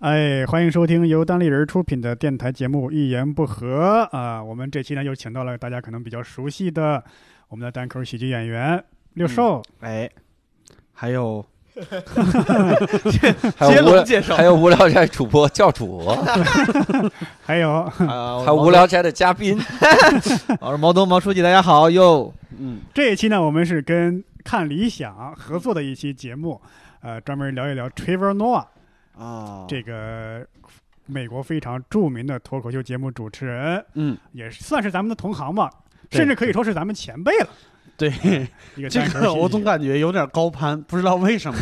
哎，欢迎收听由单立人出品的电台节目《一言不合》啊、我们这期呢又请到了大家可能比较熟悉的我们的单口喜剧演员六兽，哎，还有还有无聊，介绍还有无聊斋主播教主，还有 还有无聊斋的嘉宾，我啊是毛东毛书记，大家好哟。嗯，这一期呢我们是跟看理想合作的一期节目，呃，专门聊一聊 Trevor 哦 Noah 啊，这个美国非常著名的脱口秀节目主持人，嗯，也算是咱们的同行吧，对甚至可以说是咱们前辈了。对一嗯个这单口个喜我剧总感觉有点高攀，不知道为什么。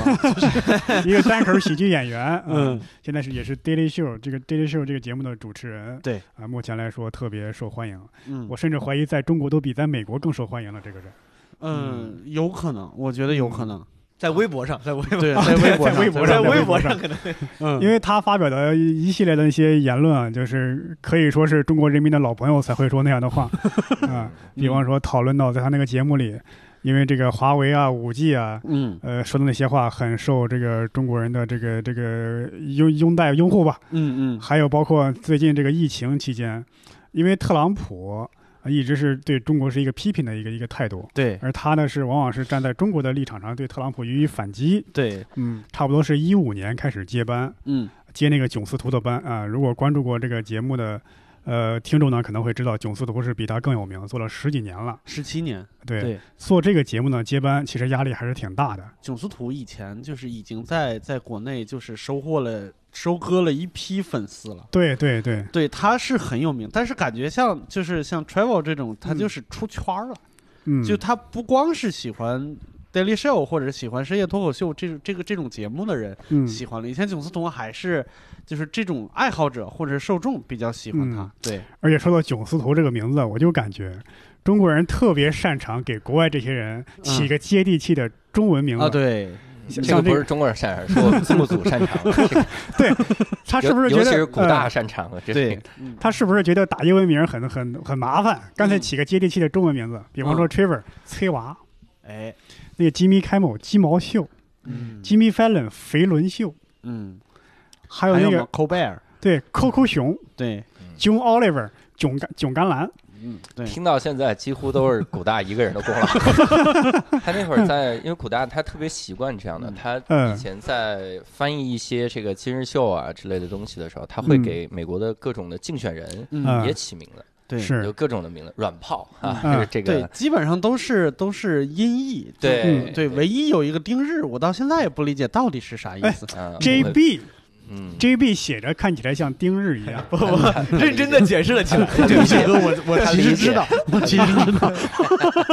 一个单口喜剧演员，嗯，现在是也是 Daily Show 这个 Daily Show 这个节目的主持人，对啊、目前来说特别受欢迎，嗯我甚至怀疑在中国都比在美国更受欢迎了。这个人，嗯，有可能，我觉得有可能。在微博上，在微博，对，在微嗯 博在微博上在在微博上上可能嗯，因为他发表的一系列的一些言论啊，就是可以说是中国人民的老朋友才会说那样的话啊、比方说讨论到在他那个节目里，因为这个华为啊、五 G 啊。嗯呃，说的那些话很受这个中国人的这个这个拥拥戴拥护吧，嗯嗯还有包括最近这个疫情期间，因为特朗普呃一直是对中国是一个批评的一个一个态度，对而他呢是往往是站在中国的立场上对特朗普予以反击。对，嗯，差不多是一五年开始接班，嗯接那个囧司徒的班啊、如果关注过这个节目的。呃，听众呢可能会知道，囧司徒是比他更有名，做了十几年了。十七年，对，对做这个节目呢，接班其实压力还是挺大的。囧司图以前就是已经在在国内就是收获了收割了一批粉丝了。对对对，对，他是很有名，但是感觉像就是像 Travel 这种，他嗯就是出圈儿了。嗯，就他不光是喜欢 Daily Show 或者喜欢深夜脱口秀这种这个这种节目的人嗯，喜欢了，以前囧思彤还是就是这种爱好者或者受众比较喜欢他嗯。对，而且说到囧司头这个名字，我就感觉中国人特别擅长给国外这些人起一个接地气的中文名字。啊，对，这像个这不个是中国人擅长，是我字幕组擅长，他尤是不是觉尤得其是古大呃擅长啊？这对是，嗯他是不是觉得打英文名很很很麻烦？干脆嗯起个接地气的中文名字，比方说 Trevor、崔娃，哎，那个吉米开某鸡毛秀，嗯吉米 Fallon 肥伦秀，嗯，还有还那有个 c o b e r 对 Coco 熊、对， John Oliver、囧甘囧甘蓝，嗯对，听到现在几乎都是古大一个人的功劳。他那会儿在，因为古大他特别习惯这样的，嗯他嗯以前在翻译一些这个今日秀啊之类的东西的时候，他会嗯给美国的各种的竞选人啊嗯，也起名字，对，是有各种的名字，软炮啊，嗯就是这对个，，基本上都是都是音译。对嗯对，唯一有一个丁日，我到现在也不理解到底是啥意思。嗯 JB 嗯， JB 写着看起来像丁日一样，我认真的解释了 起来。这个这个我我他其理实解知道，我其实知道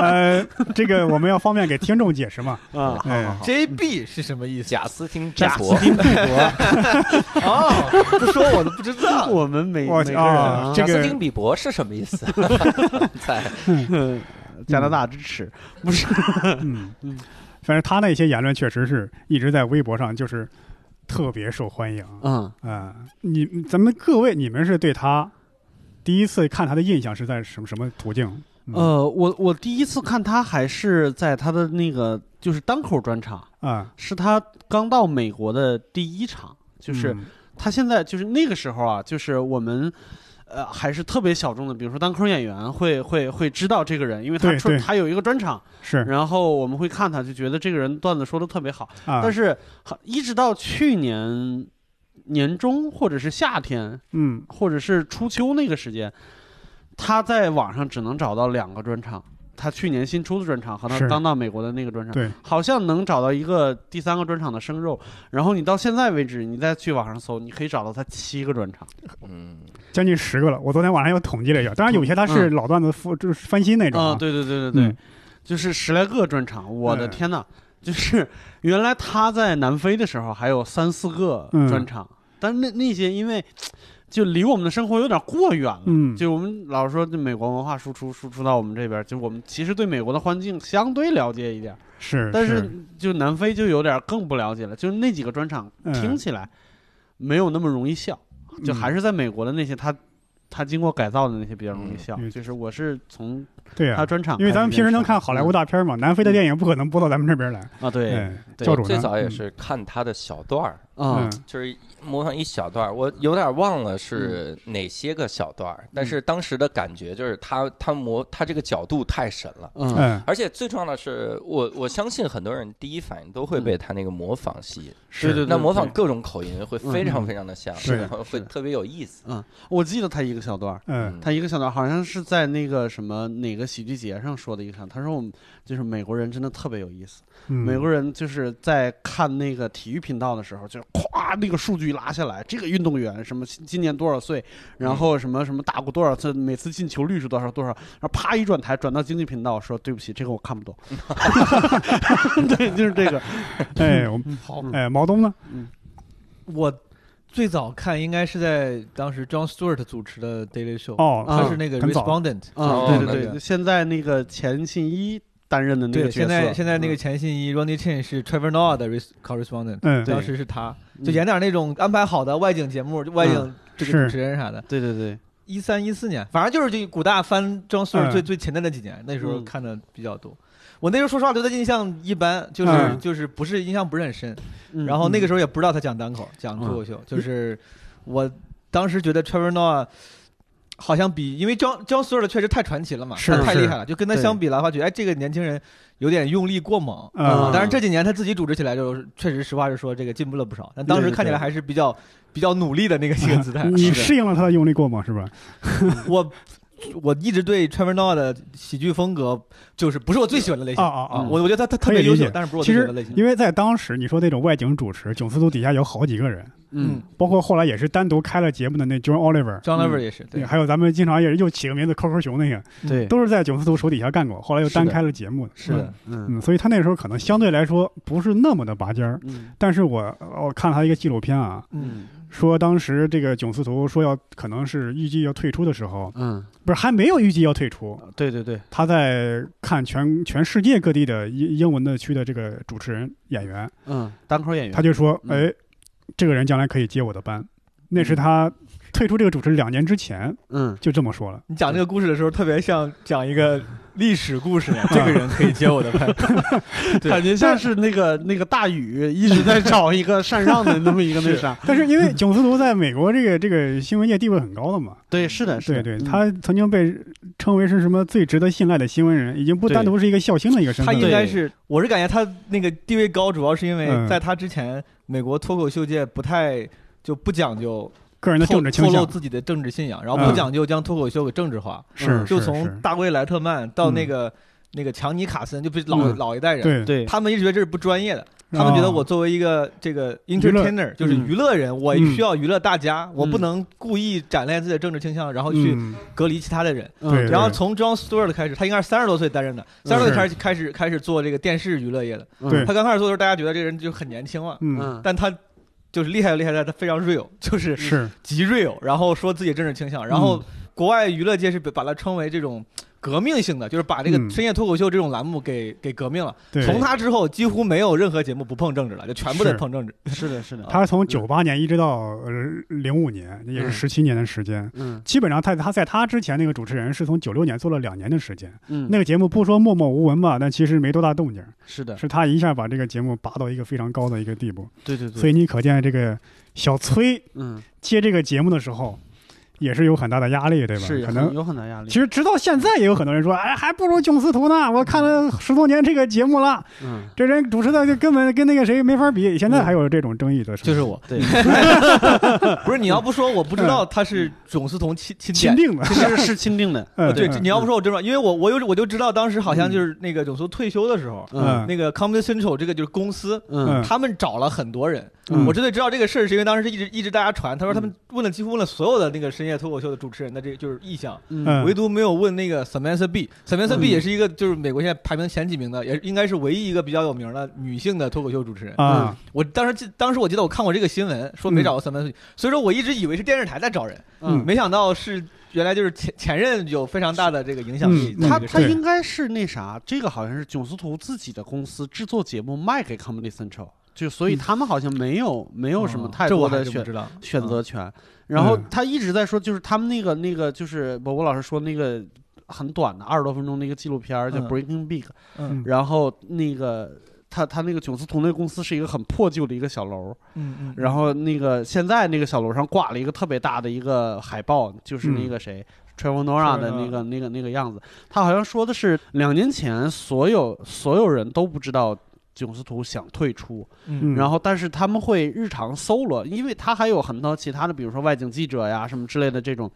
呃，这个我们要方便给听众解释嘛？嗯 啊，哎， JB 是什么意思？贾斯汀贾斯伯，汀布伯，哦，不说我都不知道。 我们每我每个人啊啊，这贾斯个汀比伯是什么 意思？在嗯加拿大支 持，不是？嗯嗯，反正他那些言论确实是一直在微博上就是特别受欢迎啊、嗯，你咱们各位，你们是对他第一次看他的印象是在什么什么途径？嗯呃，我我第一次看他还是在他的那个就是单口专场，啊，是他刚到美国的第一场，就是嗯他现在就是那个时候啊，就是我们。呃，还是特别小众的，比如说单口演员会会会知道这个人，因为他对出对他有一个专场，是然后我们会看他，就觉得这个人段子说的特别好。啊，但是一直到去年年中或者是夏天，嗯或者是初秋那个时间，他在网上只能找到两个专场，他去年新出的专场和他是刚到美国的那个专场，对，好像能找到一个第三个专场的生肉。然后你到现在为止，你再去网上搜，你可以找到他七个专场。嗯，将近十个了。我昨天晚上又统计了一下，当然有些他是老段子复就是翻新那种嗯啊、啊，对对对对对，嗯就是十来个专场，我的嗯天呐！就是原来他在南非的时候还有三四个嗯专场，但是那那些因为就离我们的生活有点过远了，嗯就我们老说这美国文化输出输出到我们这边，就我们其实对美国的环境相对了解一点，是，但是就南非就有点更不了解了，就是那几个专场嗯听起来没有那么容易笑，就还是是在美国的那些他。他经过改造的那些比较容易嗯笑，嗯就是我是从嗯对他啊。专场开始认识的，因为咱们平时能看好莱坞的大片嘛，南非的电影不可能播到咱们这边来。啊，对，哎对教主呢最早也是看他的小段儿，啊嗯，就是模仿一小段儿，我有点忘了是嗯哪些个小段儿，但是当时的感觉就是他他模他这个角度太神了。嗯嗯，而且最重要的是，我我相信很多人第一反应都会被他那个模仿吸引。对嗯对对，那模仿对嗯各种口音会非常非常的像，是的然后会是的特别有意思。我记得他一个小段儿，嗯他一个小段儿好像是在那个什么哪个喜剧节上说的一个啥，他说我们就是美国人真的特别有意思，嗯，美国人就是在看那个体育频道的时候，就是咵那个数据拉下来，这个运动员什么今今年多少岁，然后什么什么打过多少次，每次进球率是多少多少，然后啪一转台转到经济频道说对不起，这个我看不懂。对，就是这个，哎，我们好哎，毛东呢？我最早看应该是在当时 John Stewart 主持的 Daily Show，哦啊他是那个很早 Respondent，啊，哦对对那对，个现在那个钱信一担任的那个对，角色，现在现在那个嗯钱信一 Ronnie Chin 是 Trevor Noah 的 res- Correspondent，嗯，当时是他，就演点那种安排好的外景节目，就外景这个是主持人啥的。嗯对对对，一三一四年，反正就是这古大翻张素嗯最最勤的那几年，那时候嗯看的比较多。我那时候说实话对他印象一般，就是嗯就是不是印象不是很深。嗯然后那个时候也不知道他讲单口，讲脱口嗯秀，就是我当时觉得 Trevor Noah 好像比因为张张所有的确实太传奇了嘛，是他太是厉害了，就跟他对相比的话，觉得哎这个年轻人有点用力过猛。嗯当然这几年他自己组织起来，就是确实实话实说，这个进步了不少。但当时对对看起来对还是比较比较努力的那个这个姿态。 你适应了他的用力过猛是吧？我我一直对 Trevor Noah 的喜剧风格就是不是我最喜欢的类啊型。啊啊！我我觉得他他特可以别优理秀解，但是不是我其最喜欢实的类型。因为在当时你说那种外景主持，囧司都底下有好几个人，嗯包括后来也是单独开了节目的那 John Oliver。 John Lever 嗯也是，对，还有咱们经常也是又起个名字“抠抠熊”那个，对都是在囧司图手底下干过，后来又单是的开了节目的。是的，嗯嗯，所以他那时候可能相对来说不是那么的拔尖儿。嗯但是我我看了他一个纪录片啊，嗯，说当时这个囧司图说要可能是预计要退出的时候，嗯，不是还没有预计要退出，对对对，他在看全全世界各地的英英文的区的这个主持人演员，嗯，单口演员，他就说：“嗯哎，这个人将来可以接我的班。”那嗯是他退出这个主持两年之前嗯就这么说了。你讲这个故事的时候，特别像讲一个历史故事。 这个人可以接我的拍，对感觉像是那个那个大禹一直在找一个禅让的那么一个那啥。但是因为囧司图在美国这个这个新闻界地位很高的 嘛，对，是的，是对的，对，嗯他曾经被称为是什么最值得信赖的新闻人，已经不对单独是一个笑星的一个身他份应了。该是，我是感觉他那个地位高，主要是因为嗯在他之前，美国脱口秀界不太就不讲究个人的政治倾透露向自己的政治信仰，然后不嗯讲究将脱口秀给政治化，是就是从是大卫莱特曼到那嗯个那个强尼卡森，就不是老嗯老一代人，对，嗯啊对，他们一直觉得这是不专业的，他们觉得我作为一个这个 entertainer，就是娱乐人，嗯我需要娱乐大家，我不能故意展现自己的政治倾向，然后去嗯隔离其他的人。对嗯然后从 John Stewart 开始，他应该是三十多岁担任的，嗯三十多岁开始开始开始做这个电视娱乐业的。对他刚开始做的时候，大家觉得这个人就很年轻嘛，嗯嗯但他就是厉害就厉害在他非常 real，就是 是极 real，然后说自己政治倾向，然嗯后国外娱乐界是把它称为这种革命性的，就是把这个嗯深夜脱口秀这种栏目给给革命了。对。从他之后，几乎没有任何节目不碰政治了，就全部在是碰政治。是的，是的，啊他从九八年一直到呃零五年，也是嗯十七年的时间。嗯基本上他他在他之前那个主持人是从九六年做了两年的时间。嗯，那个节目不说默默无闻吧，但其实没多大动静儿，是的，是他一下把这个节目拔到一个非常高的一个地步。对对对，所以你可见这个小崔嗯，接这个节目的时候，也是有很大的压力，对吧？是可很能。有很大压力其。实直到现在，也有很多人说，哎，还不如囧司图呢。我看了十多年这个节目了，嗯，这人主持的就根本跟那个谁没法比。现在还有这种争议的声音，就是我，对， 不是你要不说，我不知嗯道他是囧思彤亲亲钦点。定的。 其实是 钦定的。嗯，对，嗯你要不说我真不知道，因为我我有我就知道当时好像就是那个囧思彤退休的时候，嗯那个 Comedy Central 这个就是公司，嗯他们找了很多人。嗯我之所以知道这个事儿，是因为当时一直一直大家传，他说他们问了几乎问了所有的那个深夜脱口秀的主持人的这个就是意向，嗯唯独没有问那个 Samantha B，Samantha 嗯 B 也是一个就是美国现在排名前几名的，也应该是唯一一个比较有名的女性的脱口秀主持人。啊，我当时记，当时我记得我看过这个新闻，说没找过 Samantha B，所以说我一直以为是电视台在找人，嗯 没想到是原来就是前前任有非常大的这个影响力。嗯他这个事他儿应该是那啥，这个好像是囧司图自己的公司制作节目卖给 Comedy Central，就嗯所以他们好像没有没有哦什么太嗯这我多还的真选不知道选嗯择权。然后嗯他一直在说，就是他们那个那个，就是博博老师说那个很短的二十多分钟的一个纪录片儿叫《嗯 Breaking Big》，嗯然后那个他他那个囧思同类公司是一个很破旧的一个小楼，嗯嗯，然后那个现在那个小楼上挂了一个特别大的一个海报，就是那个谁。Trevor Noah 的那个、那个、那个样子，他好像说的是两年前所有所有人都不知道囧司图想退出，嗯然后但是他们会日常搜罗，因为他还有很多其他的，比如说外景记者呀什么之类的这种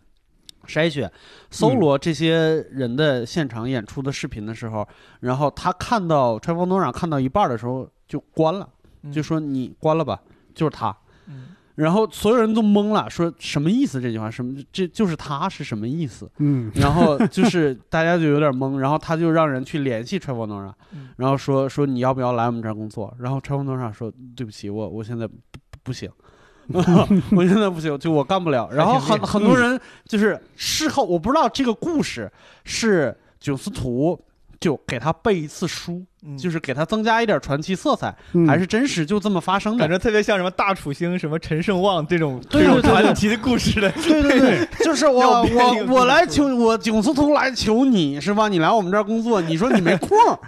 筛选，搜罗这些人的现场演出的视频的时候，然后他看到 Trevor Noah 看到一半的时候就关了，就说你关了吧，就是他。嗯然后所有人都懵了，说什么意思？这句话什么？这就是他是什么意思？嗯然后就是大家就有点懵，然后他就让人去联系 Trevor Noah，嗯然后说说你要不要来我们这儿工作？然后 Trevor Noah 说对不起，我我现在不不不行。 我现在不行，就我干不了。然后很很多人就是事后，我不知道这个故事是九司徒就给他背一次书，嗯就是给他增加一点传奇色彩，嗯，还是真实就这么发生的感？觉特别像什么大楚星、什么陈胜旺这种对这种对对对传奇的故事的，对对对，就是我要编一我个我故来事求我囧司图来求你是吧？你来我们这儿工作，你说你没空儿，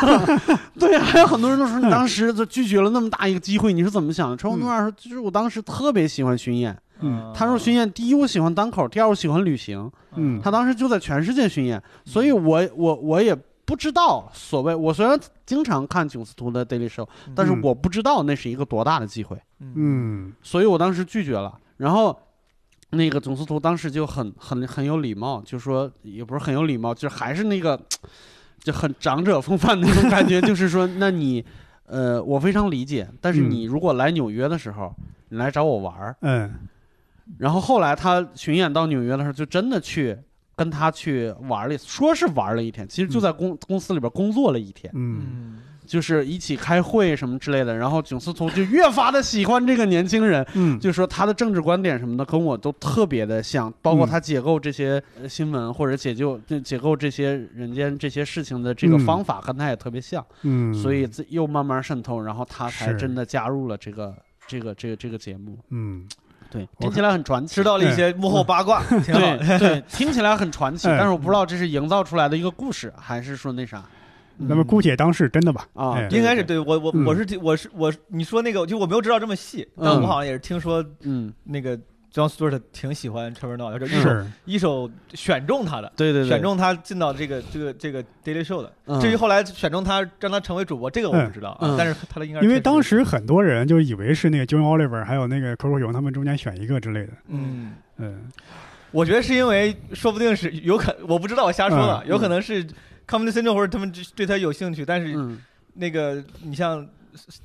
对呀，还有很多人都说你当时就拒绝了那么大一个机会，你是怎么想的？陈宏东二说，就是我当时特别喜欢巡演，嗯他说巡演，第一我喜欢单口，第二我喜欢旅行，嗯他当时就在全世界巡演，所以我我我也。不知道所谓，我虽然经常看囧司图的 Daily Show，但是嗯我不知道那是一个多大的机会。嗯所以我当时拒绝了。然后那个总司徒当时就很很很有礼貌，就说也不是很有礼貌，就是还是那个就很长者风范的那种感觉，就是说，那你呃，我非常理解，但是嗯你如果来纽约的时候，你来找我玩儿。嗯然后后来他巡演到纽约的时候，就真的去。跟他去玩了一，说是玩了一天，其实就在公、公司里边工作了一天，嗯嗯就是一起开会什么之类的。然后囧司徒就越发的喜欢这个年轻人，嗯，就说他的政治观点什么的跟我都特别的像，包括嗯他解构这些呃新闻或者解救这解构这些人间这些事情的这个嗯方法跟他也特别像，嗯，所以自又慢慢渗透，然后他才是真的加入了这个这个这个这个节目。嗯对，我听起来很传奇，知道了一些幕后八卦，挺好的。嗯 对对，听起来很传奇，哎但是我不知道这是营造出来的一个故事，还是说那啥那么姑且当是真的吧。啊哎？嗯应该是对我我嗯我是我是我是你说那个就我没有知道这么细，但嗯我好像也是听说嗯，那个 John Stewart 挺喜欢 Trevor Noah，就是一手是，一手选中他的，对对对，选中他进到这个这个这个 Daily Show 的。嗯至于后来选中他让他成为主播，这个我不知道嗯啊，但是他应该是因为确实当时很多人就以为是那个 John Oliver 还有那个 Coco 勇他们中间选一个之类的。嗯。嗯我觉得是因为，说不定是有可，我不知道，我瞎说了，嗯有可能是 Comedy Central 或者他们只对他有兴趣，但是嗯那个你像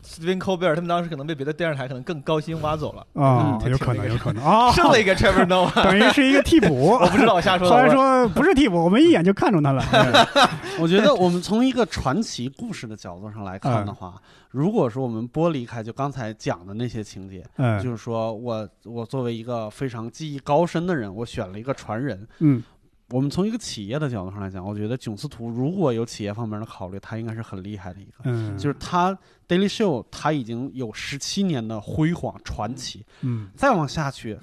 Stephen Colbert 他们当时可能被别的电视台可能更高薪挖走了，啊，嗯有可能，有可能啊，剩了一个 Trevor Noah，等于是一个替补我。不 知道，我瞎说后来的。说不是替补，我们一眼就看中他了。我觉得我们从一个传奇故事的角度上来看的嗯话，如果说我们剥离开就刚才讲的那些情节，嗯就是说我我作为一个非常技艺高深的人，我选了一个传人。嗯我们从一个企业的角度上来讲，我觉得囧司图如果有企业方面的考虑，他应该是很厉害的一个。嗯，就是他 Daily Show，他已经有十七年的辉煌传奇，嗯再往下去，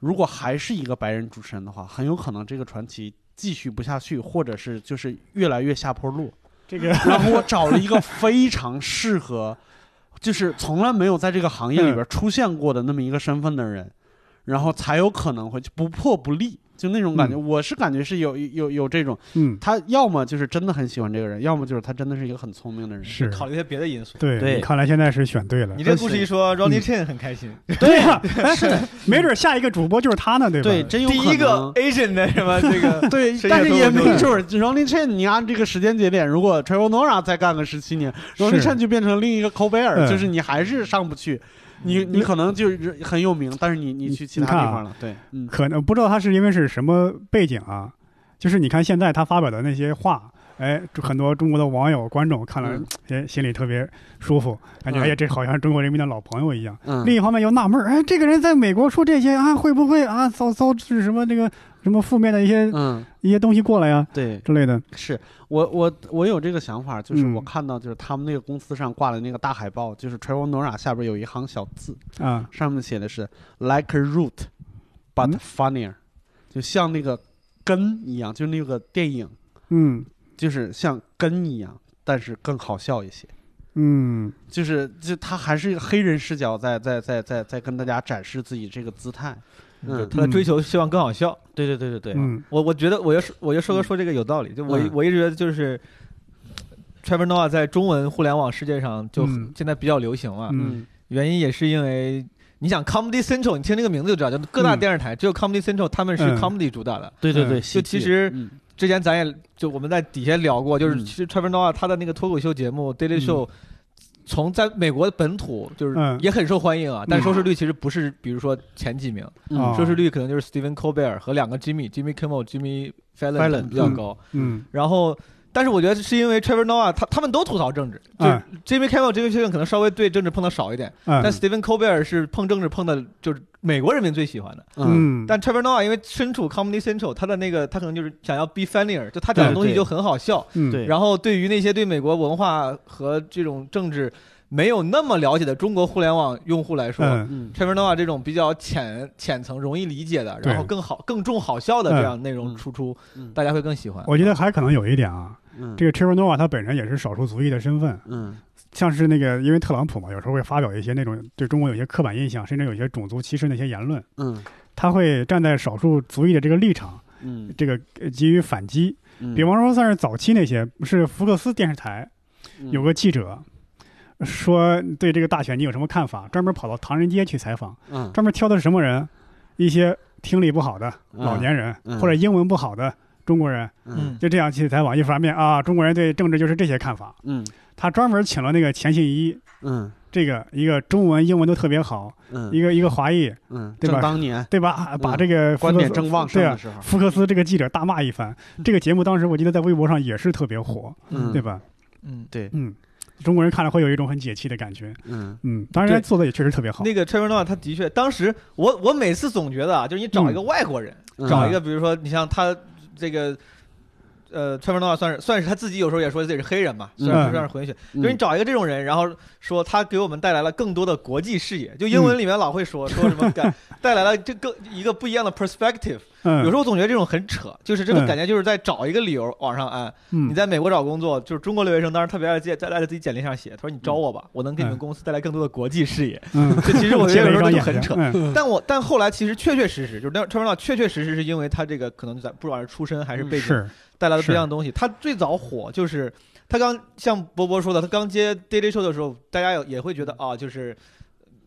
如果还是一个白人主持人的话，很有可能这个传奇继续不下去，或者是就是越来越下坡路。这个然后我找了一个非常适合，就是从来没有在这个行嗯业里边出现过的那么一个身份的人，然后才有可能会就不破不立，就那种感觉。我是感觉是有有有这种，嗯他要么就是真的很喜欢这个人，要么就是他真的是一个很聪明的人。是考虑一些别的因素。对，对你看来现在是选对了。你这故事一说，Ronnie Chin 很开心，对呀，是的， 没准下一个主播就是他呢，对吧？对，真有可第能 一个 Asian 的什么这个对，谁也但是都也能没做准儿。Ronnie Chen，你按这个时间节点，如果 Trevor Noah 再干个十七年是，Ronnie Chen 就变成另一个口碑尔，嗯就是你还是上不去， 你嗯你可能就是很有名，但是你你去其他地方了，对，嗯可能不知道他是因为是什么背景啊，就是你看现在他发表的那些话，哎，很多中国的网友观众看了嗯，哎，心里特别舒服，感觉嗯哎呀，这好像是中国人民的老朋友一样。另嗯，一方面又纳闷儿，哎，这个人在美国说这些啊，会不会啊，遭遭是什么这个什么负面的一些嗯，一些东西过来呀对，之类的？是我我我有这个想法，就是嗯我看到就是他们那个公司上挂的那个大海报，就是 Trevor Noah 下边有一行小字，啊，上面写的是 like a root but 嗯 funnier，就像那个根一样，就那个电影。嗯就是像根一样，但是更好笑一些。嗯就是就他还是一个黑人视角在在在在在跟大家展示自己这个姿态。嗯就他的追求希望更好笑。对对对啊对对，嗯我我觉得我觉得我觉得硕哥说这个有道理，就我、嗯我一直觉得就是 Trevor Noah 在中文互联网世界上就嗯现在比较流行了，嗯原因也是因为。你想 Comedy Central，你听这个名字就知道，就各大嗯电视台、只有 Comedy Central 他们是嗯 Comedy 主打的。对对对就其实嗯之前咱也就我们在底下聊过，就是嗯其实 Trevor Noah 他的那个脱口秀节目 Daily Show，从在美国本土就是嗯也很受欢迎啊，但收视率其实不是比如说前几名，啊收视率可能就是 Stephen Colbert 和两个 Jimmy Jimmy Kimmel、Jimmy Fallon 嗯等比较高。嗯然后，但是我觉得是因为 Trevor Noah 他他们都吐槽政治，就是嗯 Jimmy Kimmel、Jimmy Fallon 可能稍微对政治碰的少一点，但嗯 Stephen Colbert 是碰政治碰的就是美国人民最喜欢的。嗯，嗯但 Trevor Noah 因为身处 Comedy Central，他的那个他可能就是想要 be funnier，就他讲的对东西对就很好笑。嗯对然后对于那些对美国文化和这种政治没有那么了解的中国互联网用户来说，嗯嗯 Trevor Noah 这种比较浅浅层、容易理解的，对然后更好、更重好笑的这样内容嗯输出，嗯大家会更喜欢。我觉得还可能有一点啊，嗯这个 Trevor Noah 他本身也是少数族裔的身份，嗯像是那个因为特朗普嘛，有时候会发表一些那种对中国有些刻板印象，甚至有些种族歧视的一些言论，嗯他会站在少数族裔的这个立场，嗯这个呃给予反击。嗯，比方说，像是早期那些，是福克斯电视台嗯有个记者说对这个大选你有什么看法，专门跑到唐人街去采访，嗯专门挑的是什么人？一些听力不好的嗯老年人，嗯或者英文不好的中国人，嗯就这样去采访。一方面啊，中国人对政治就是这些看法。嗯他专门请了那个钱信一，嗯这个一个中文、英文都特别好，嗯一个一个华裔，嗯，对吧正当年对吧？啊把嗯这个福克斯观点正旺盛对的啊，时候，福克斯这个记者大骂一番。这个节目当时我记得在微博上也是特别火，嗯对吧？嗯嗯，对，嗯，中国人看了会有一种很解气的感觉。嗯嗯，当然对做的也确实特别好。那个 Trevor Noah 他的确，当时我我每次总觉得啊，就是你找一个外国人，嗯找一个比如说你像他这个。呃，Trevor Noah 算是算是他自己有时候也说自己是黑人嘛，虽然嗯不算是混血，嗯就是你找一个这种人，然后说他给我们带来了更多的国际视野。就英文里面老会嗯说、说什 么感，带来了这更一个不一样的 perspective。嗯，有时候我总觉得这种很扯，就是这嗯种感觉就是在找一个理由往上按。嗯你在美国找工作，就是中国留学生当时特别爱在在在自己简历上写，他说你招我吧，我能给你嗯们公司带来更多的国际视野。嗯，这其实我觉借得 了一双有时候 就眼很睛扯。嗯但我但后来其实确确实实就是那 t r e v o 确确实实是因为他这个可能在不管是出身还是背景嗯是，带来的是不一样的东西。他最早火就是他刚像波波说的，他刚接 Daily Show 的时候，大家有也会觉嗯得啊，就是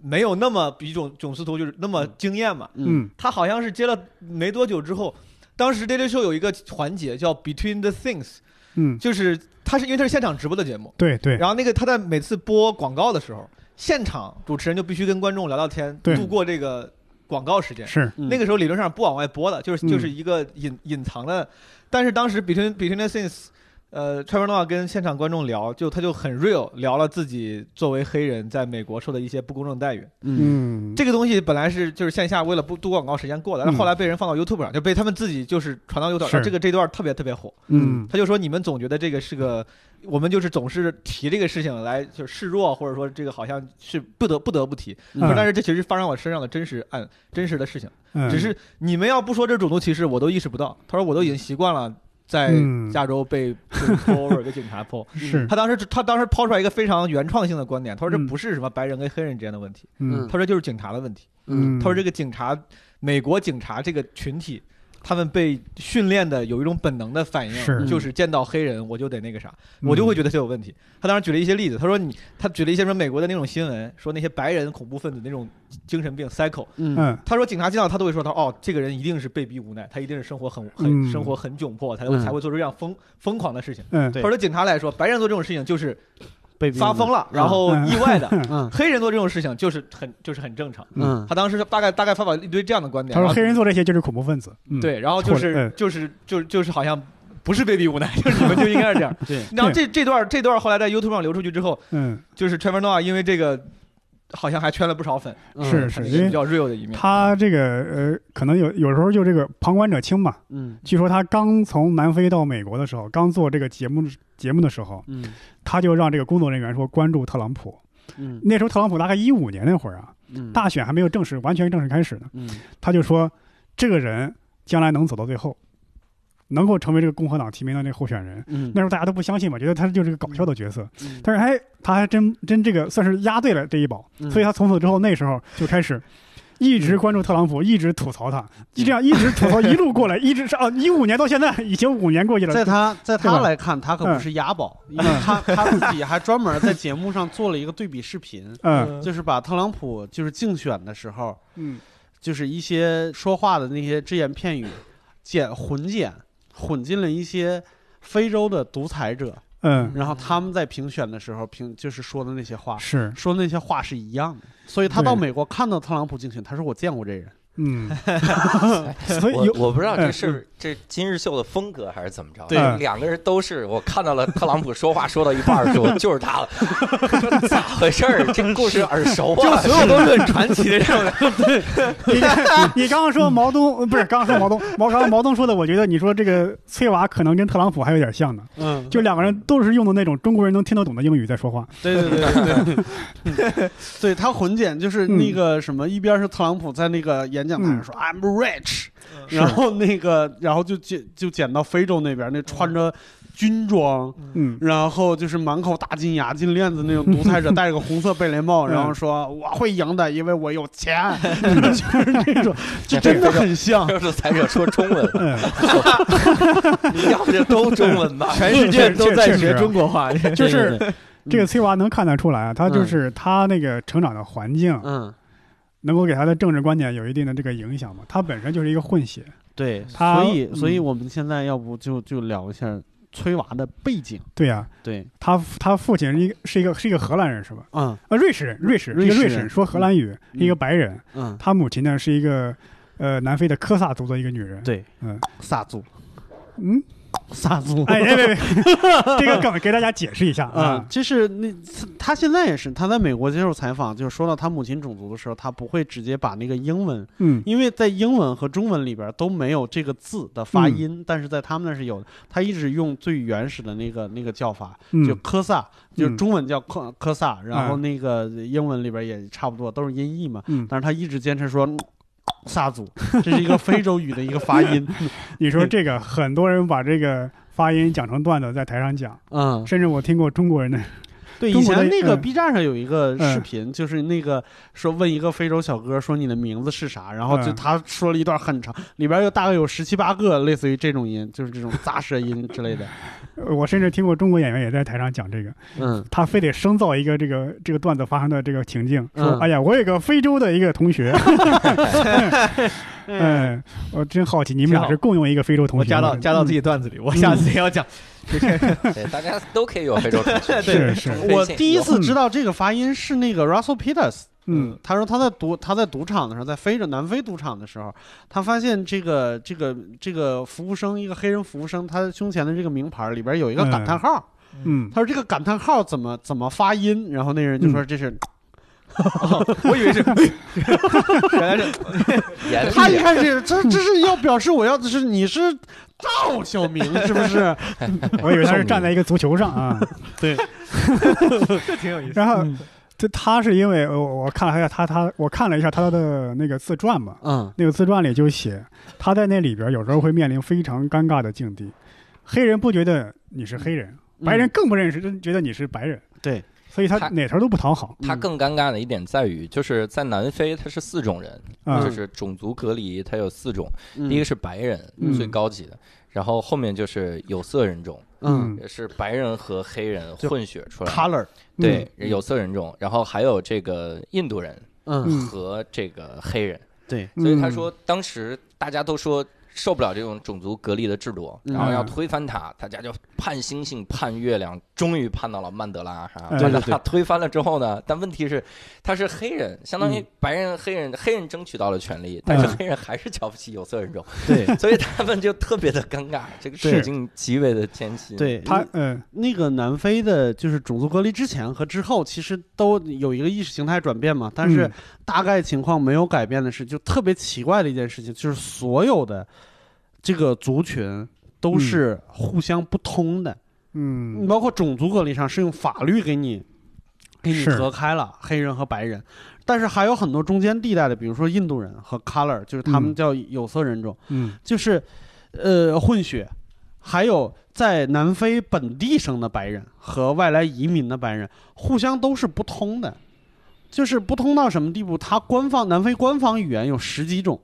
没有那么比种囧司图就是那么惊艳嘛。嗯他好像是接了没多久之后，当时 Daily Show 有一个环节叫 Between the Things，嗯，就是他是因为他是现场直播的节目，对对， 然后那个他在每次播广告的时候，现场主持人就必须跟观众聊聊天，对度过这个广告时间。是，嗯那个时候理论上不往外播的，就是嗯就是一个隐隐藏的，但是当时 Between Between the Things，呃，Trevor Noah 跟现场观众聊，就他就很 real 聊了自己作为黑人在美国受的一些不公正待遇。嗯嗯，这个东西本来是就是线下为了不度过广告时间过的，但嗯后来被人放到 YouTube 上，就被他们自己就是传到 YouTube 是上，这个这段特别特别火。嗯他就说你们总觉得这个是个，我们就是总是提这个事情来就是示弱，或者说这个好像是不得不得不提，嗯不是但是这其实发生在我身上的真实案真实的事情。嗯只是你们要不说这种族歧视，我都意识不到。他说我都已经习惯了在嗯加州被 over 被警 察 p 是，他当时他当时抛出来一个非常原创性的观点，他说这嗯不是什么白人跟黑人之间的问题，嗯他说就是警察的问题。嗯，他说这个个警察，美国警察这个群体。他们被训练的有一种本能的反应，是嗯就是见到黑人我就得那个啥，我就会觉得，得他有问题。他当时举了一些例子，他说你，他举了一些什么美国的那种新闻，说那些白人恐怖分子那种精神病 psycho，嗯嗯他说警察见到他都会说他哦，这个人一定是被逼无奈，他一定是生活很很、嗯生活很窘迫，才嗯才会做出这样疯疯狂的事情。嗯，对或者警察来说，白人做这种事情就是被发疯了，然后嗯意外 的；嗯黑人做这种事情就是很就是很正常。嗯他当时大概大概发表了一堆这样的观点。他说然后黑人做这些就是恐怖分子，嗯，对，然后就错了是嗯就是就是就是好像不是被逼无奈， 就是你们就应该是 这样。对然后这这段这段后来在 YouTube 上流出去之后，嗯，就是 Trevor Noah 因为这个好像还圈了不少粉，嗯是嗯他是那因个比为较 real 的一面。他这个呃，可能有有时候就这个旁观者清嘛。嗯据说他刚从南非到美国的时候，刚做这个节目节目的时候，嗯他就让这个工作人员说关注特朗普。嗯那时候特朗普大概一五年那会儿啊，嗯大选还没有正式完全正式开始呢，嗯他就说这个人将来能走到最后。能够成为这个共和党提名的那个候选人。嗯那时候大家都不相信嘛，觉得他就是个搞笑的角色，嗯但是哎，他还真真这个算是押对了这一宝，嗯所以他从此之后那时候就开 始。一直关注特朗普，一直吐槽他，嗯就这样一直吐槽，一路过来，一直 是啊，一五年到现在已经五年过去了，在他在对他吧嗯来看，他可不是押宝，因为 他他自己还专门在节目上做了一个对比视频，嗯就是把特朗普就是竞选的时候，嗯就是一些说话的那些只言片语，剪混剪混进了一些非洲的独裁者，嗯，然后他们在评选的时候评就是说的那些话，是，说那些话是一样的，所以他到对美国看到特朗普竞选，他说我见过这人，嗯， 所以我有我不知道这嗯是这今日秀的风格还是怎么着？对就是两个人都是我看到了特朗普说话说到一半儿的时候，就是他了，说咋回事儿？这故事耳熟就啊！所有都是很传奇的这种人， 你你刚刚说毛东呃不是刚刚说毛东，毛刚刚毛东说的，我觉得你说这个崔娃可能跟特朗普还有点像呢， 嗯，就两个人都是用的那种中国人能听得懂的英语在说话，对对对 对对，对他混剪就是那个什么，一边是特朗普在那个演讲台上说 “I'm rich”，然后那个然后就剪就剪到非洲那边，那穿着军装，嗯然后就是满口大金牙、金链子那种独裁者，戴着个红色贝雷嗯帽，然后说我会赢的，因为我有钱， 就是那 种，就真的很像。 就是才者说中文，嗯， 你要不就都中文吧？全世界都在确实学啊中国话，就对是对对这个崔娃能看得出来啊，他就是他那个成长的环境嗯，能够给他的政治观点有一定的这个影响嘛，他本身就是一个混血，对，他所以嗯所以我们现在要不就就聊一下崔娃的背景，对呀、对，他他父亲是一个是一个是一个荷兰人是吧？嗯啊，瑞士人，瑞士，一瑞个士瑞人士人，说荷兰语，嗯一个白人，嗯，他母亲呢是一个呃南非的科萨族的一个女人，对，嗯萨族。嗯。 萨族。哎，别别 别，这个梗给大家解释一下啊啊，。这是那他现在也是，他在美国接受采访，就是说到他母亲种族的时候，他不会直接把那个英文，嗯因为在英文和中文里边都没有这个字的发嗯音，但是在他们那是有的。他一直用最原始的那个那个叫法，就嗯科萨，就是中文叫科科萨，然后嗯那个英文里边也差不多都是音译嘛。嗯，但是他一直坚持说萨族，这是一个非洲语的一个发 音。你说这个，很多人把这个发音讲成段子，在台上讲，嗯，甚至我听过中国人的，对，以中国前的那个嗯 B 站上有一个视嗯频，就是那个说问一个非洲小哥说你的名字是啥，然后就嗯他说了一段很长，里边有大概有十七八个类似于这种音，就是这种 杂舌音之类的。呃我甚至听过中国演员也在台上讲这个，嗯他非得生造一个这个这个段子发生的这个情境，说嗯，哎呀，我有个非洲的一个同 学，嗯，嗯，我真好奇你们俩挺好是共用一个非洲同嗯我学吗，加到加到自己己段子里，我下次也要讲。对，大家都可以有非洲同学。嗯是是，我第一次嗯知道这个发音是那个 Russell Peters。嗯他说他在赌他在赌场的时候，在非洲南非赌场的时候，他发现这个这个这个服务生，一个黑人服务生，他胸前的这个名牌里边有一个感叹号，嗯，他说这个感叹号怎么怎么发音，然后那人就说嗯这是，哦我 以为是，原来是严他一厉，开始这这是要表示我要的是你是赵小明是不是？嗯我以为他是站在一个足球上 啊，这挺有意思。然后这他是因为呃我我看了一下他他我看了一下他的那个自传嘛，嗯那个自传里就写，他在那里边有时候会面临非常尴尬的境地，黑人不觉得你是黑人，嗯白人更不认识，真觉得你是白人，对，所以他他哪头都不讨好他更尴尬的一点在于，就是在南非，他是四种人，啊就。是种族隔离，它有四种，嗯第一个是白人，嗯最高级的，然后后面就是有色人种，嗯也是白人和黑人就混血出来的， color 对，嗯有色人种，然后还有这个印度人嗯和这个黑人，对嗯所以他说当时大家都说。受不了这种种族隔离的制度，嗯然后要推翻它，大家就盼星星盼月亮，终于盼到了曼德拉哈。嗯曼德哎对对拉对推翻了之后呢，但问题是他是黑人，相当嗯于白人、黑人黑人争取到了权利，但是嗯黑人还是瞧不起有色人种，对所以他们就特别的尴尬，这个是处境极为的艰辛。，对，他嗯那个南非的，就是种族隔离之前和之后，其实都有一个意识形态转变嘛。但是嗯大概情况没有改变的是，就特别奇怪的一件事情，就是所有的这个族群都是互相不通的。你嗯包括种族隔离上是用法律给你给你是隔开了黑人和白人，但是还有很多中间地带的，比如说印度人和 color，就是他们嗯叫有色人种，嗯就是呃混血，还有在南非本地生的白人和外来移民的白人，互相都是不通的，就是不通到什么地步？他官方南非官方语言有十几种，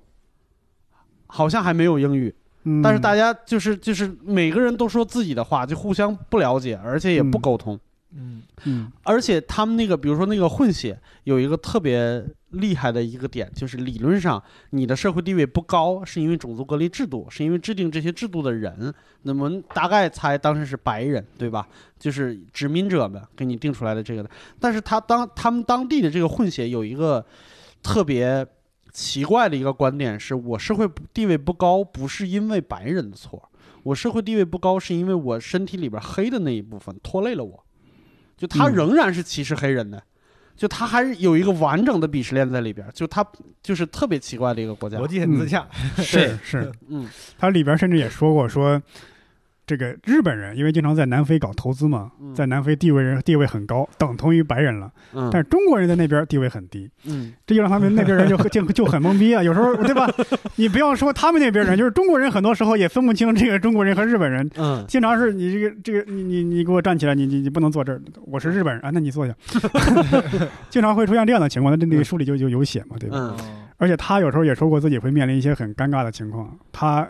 好像还没有英语，嗯但是大家就是就是每个人都说自己的话，就互相不了解，而且也不嗯沟通。嗯嗯而且他们那个，比如说那个混血，有一个特别厉害的一个点，就是理论上你的社会地位不高，是因为种族隔离制度，是因为制定这些制度的人，那么大概猜当时是白人，对吧？就是殖民者们给你定出来的这个的。但是他当他们当地的这个混血有一个特别奇怪的一个观点是，我社会地位不高，不是因为白人的错，我社会地位不高是因为我身体里边黑的那一部分拖累了我。就他嗯仍然是歧视黑人的，就他还是有一个完整的鄙视链在里边儿，就他就是特别奇怪的一个国家逻。辑很自洽，是是，嗯，他里边甚至也说过说。这个日本人因为经常在南非搞投资嘛，嗯在南非地位人地位很高，等同于白人了。嗯但是中国人在那边地位很低，嗯这就让他们那边人就就就很 懵逼啊。有时候对吧？你不要说他们那边人，就是中国人，很多时候也分不清这个中国人和日本人。嗯，经常是你这个这个你你你给我站起来，你你你不能坐这儿，我是日本人啊，那你坐下。 经常会出现这样的情况，那那个书里就就有写嘛，对吧？嗯哦而且他有时候也说过自己会面临一些很尴尬的情况，他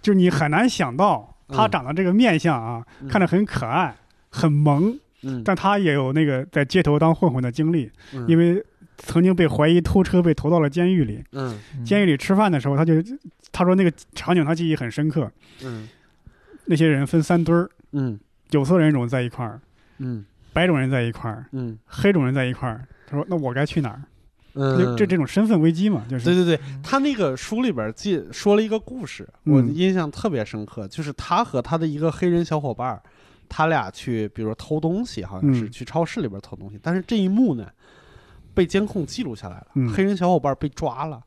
就是你很难想到他嗯长得这个面相啊，嗯看着很可爱。很萌，嗯，但他也有那个在街头当混混的经历，因为为曾经被怀疑偷车被投到了监狱里。嗯监狱狱里吃饭的时候，他就他说那个场景他记忆很深刻，嗯那些人分三堆儿，嗯有色人种在一块儿，嗯白种人在一块儿，嗯黑种人在一块儿。他说：“那我该去哪儿？”就嗯，这这种身份危机嘛，就对是对对，他那个书里边记说了一个故事，嗯我印象特别深刻，就是他和他的一个黑人小伙伴儿，他俩去，比如说偷东西，好像是嗯去超市里边偷东西，但是这一幕呢，被监控记录下来了，嗯黑人小伙伴被抓了。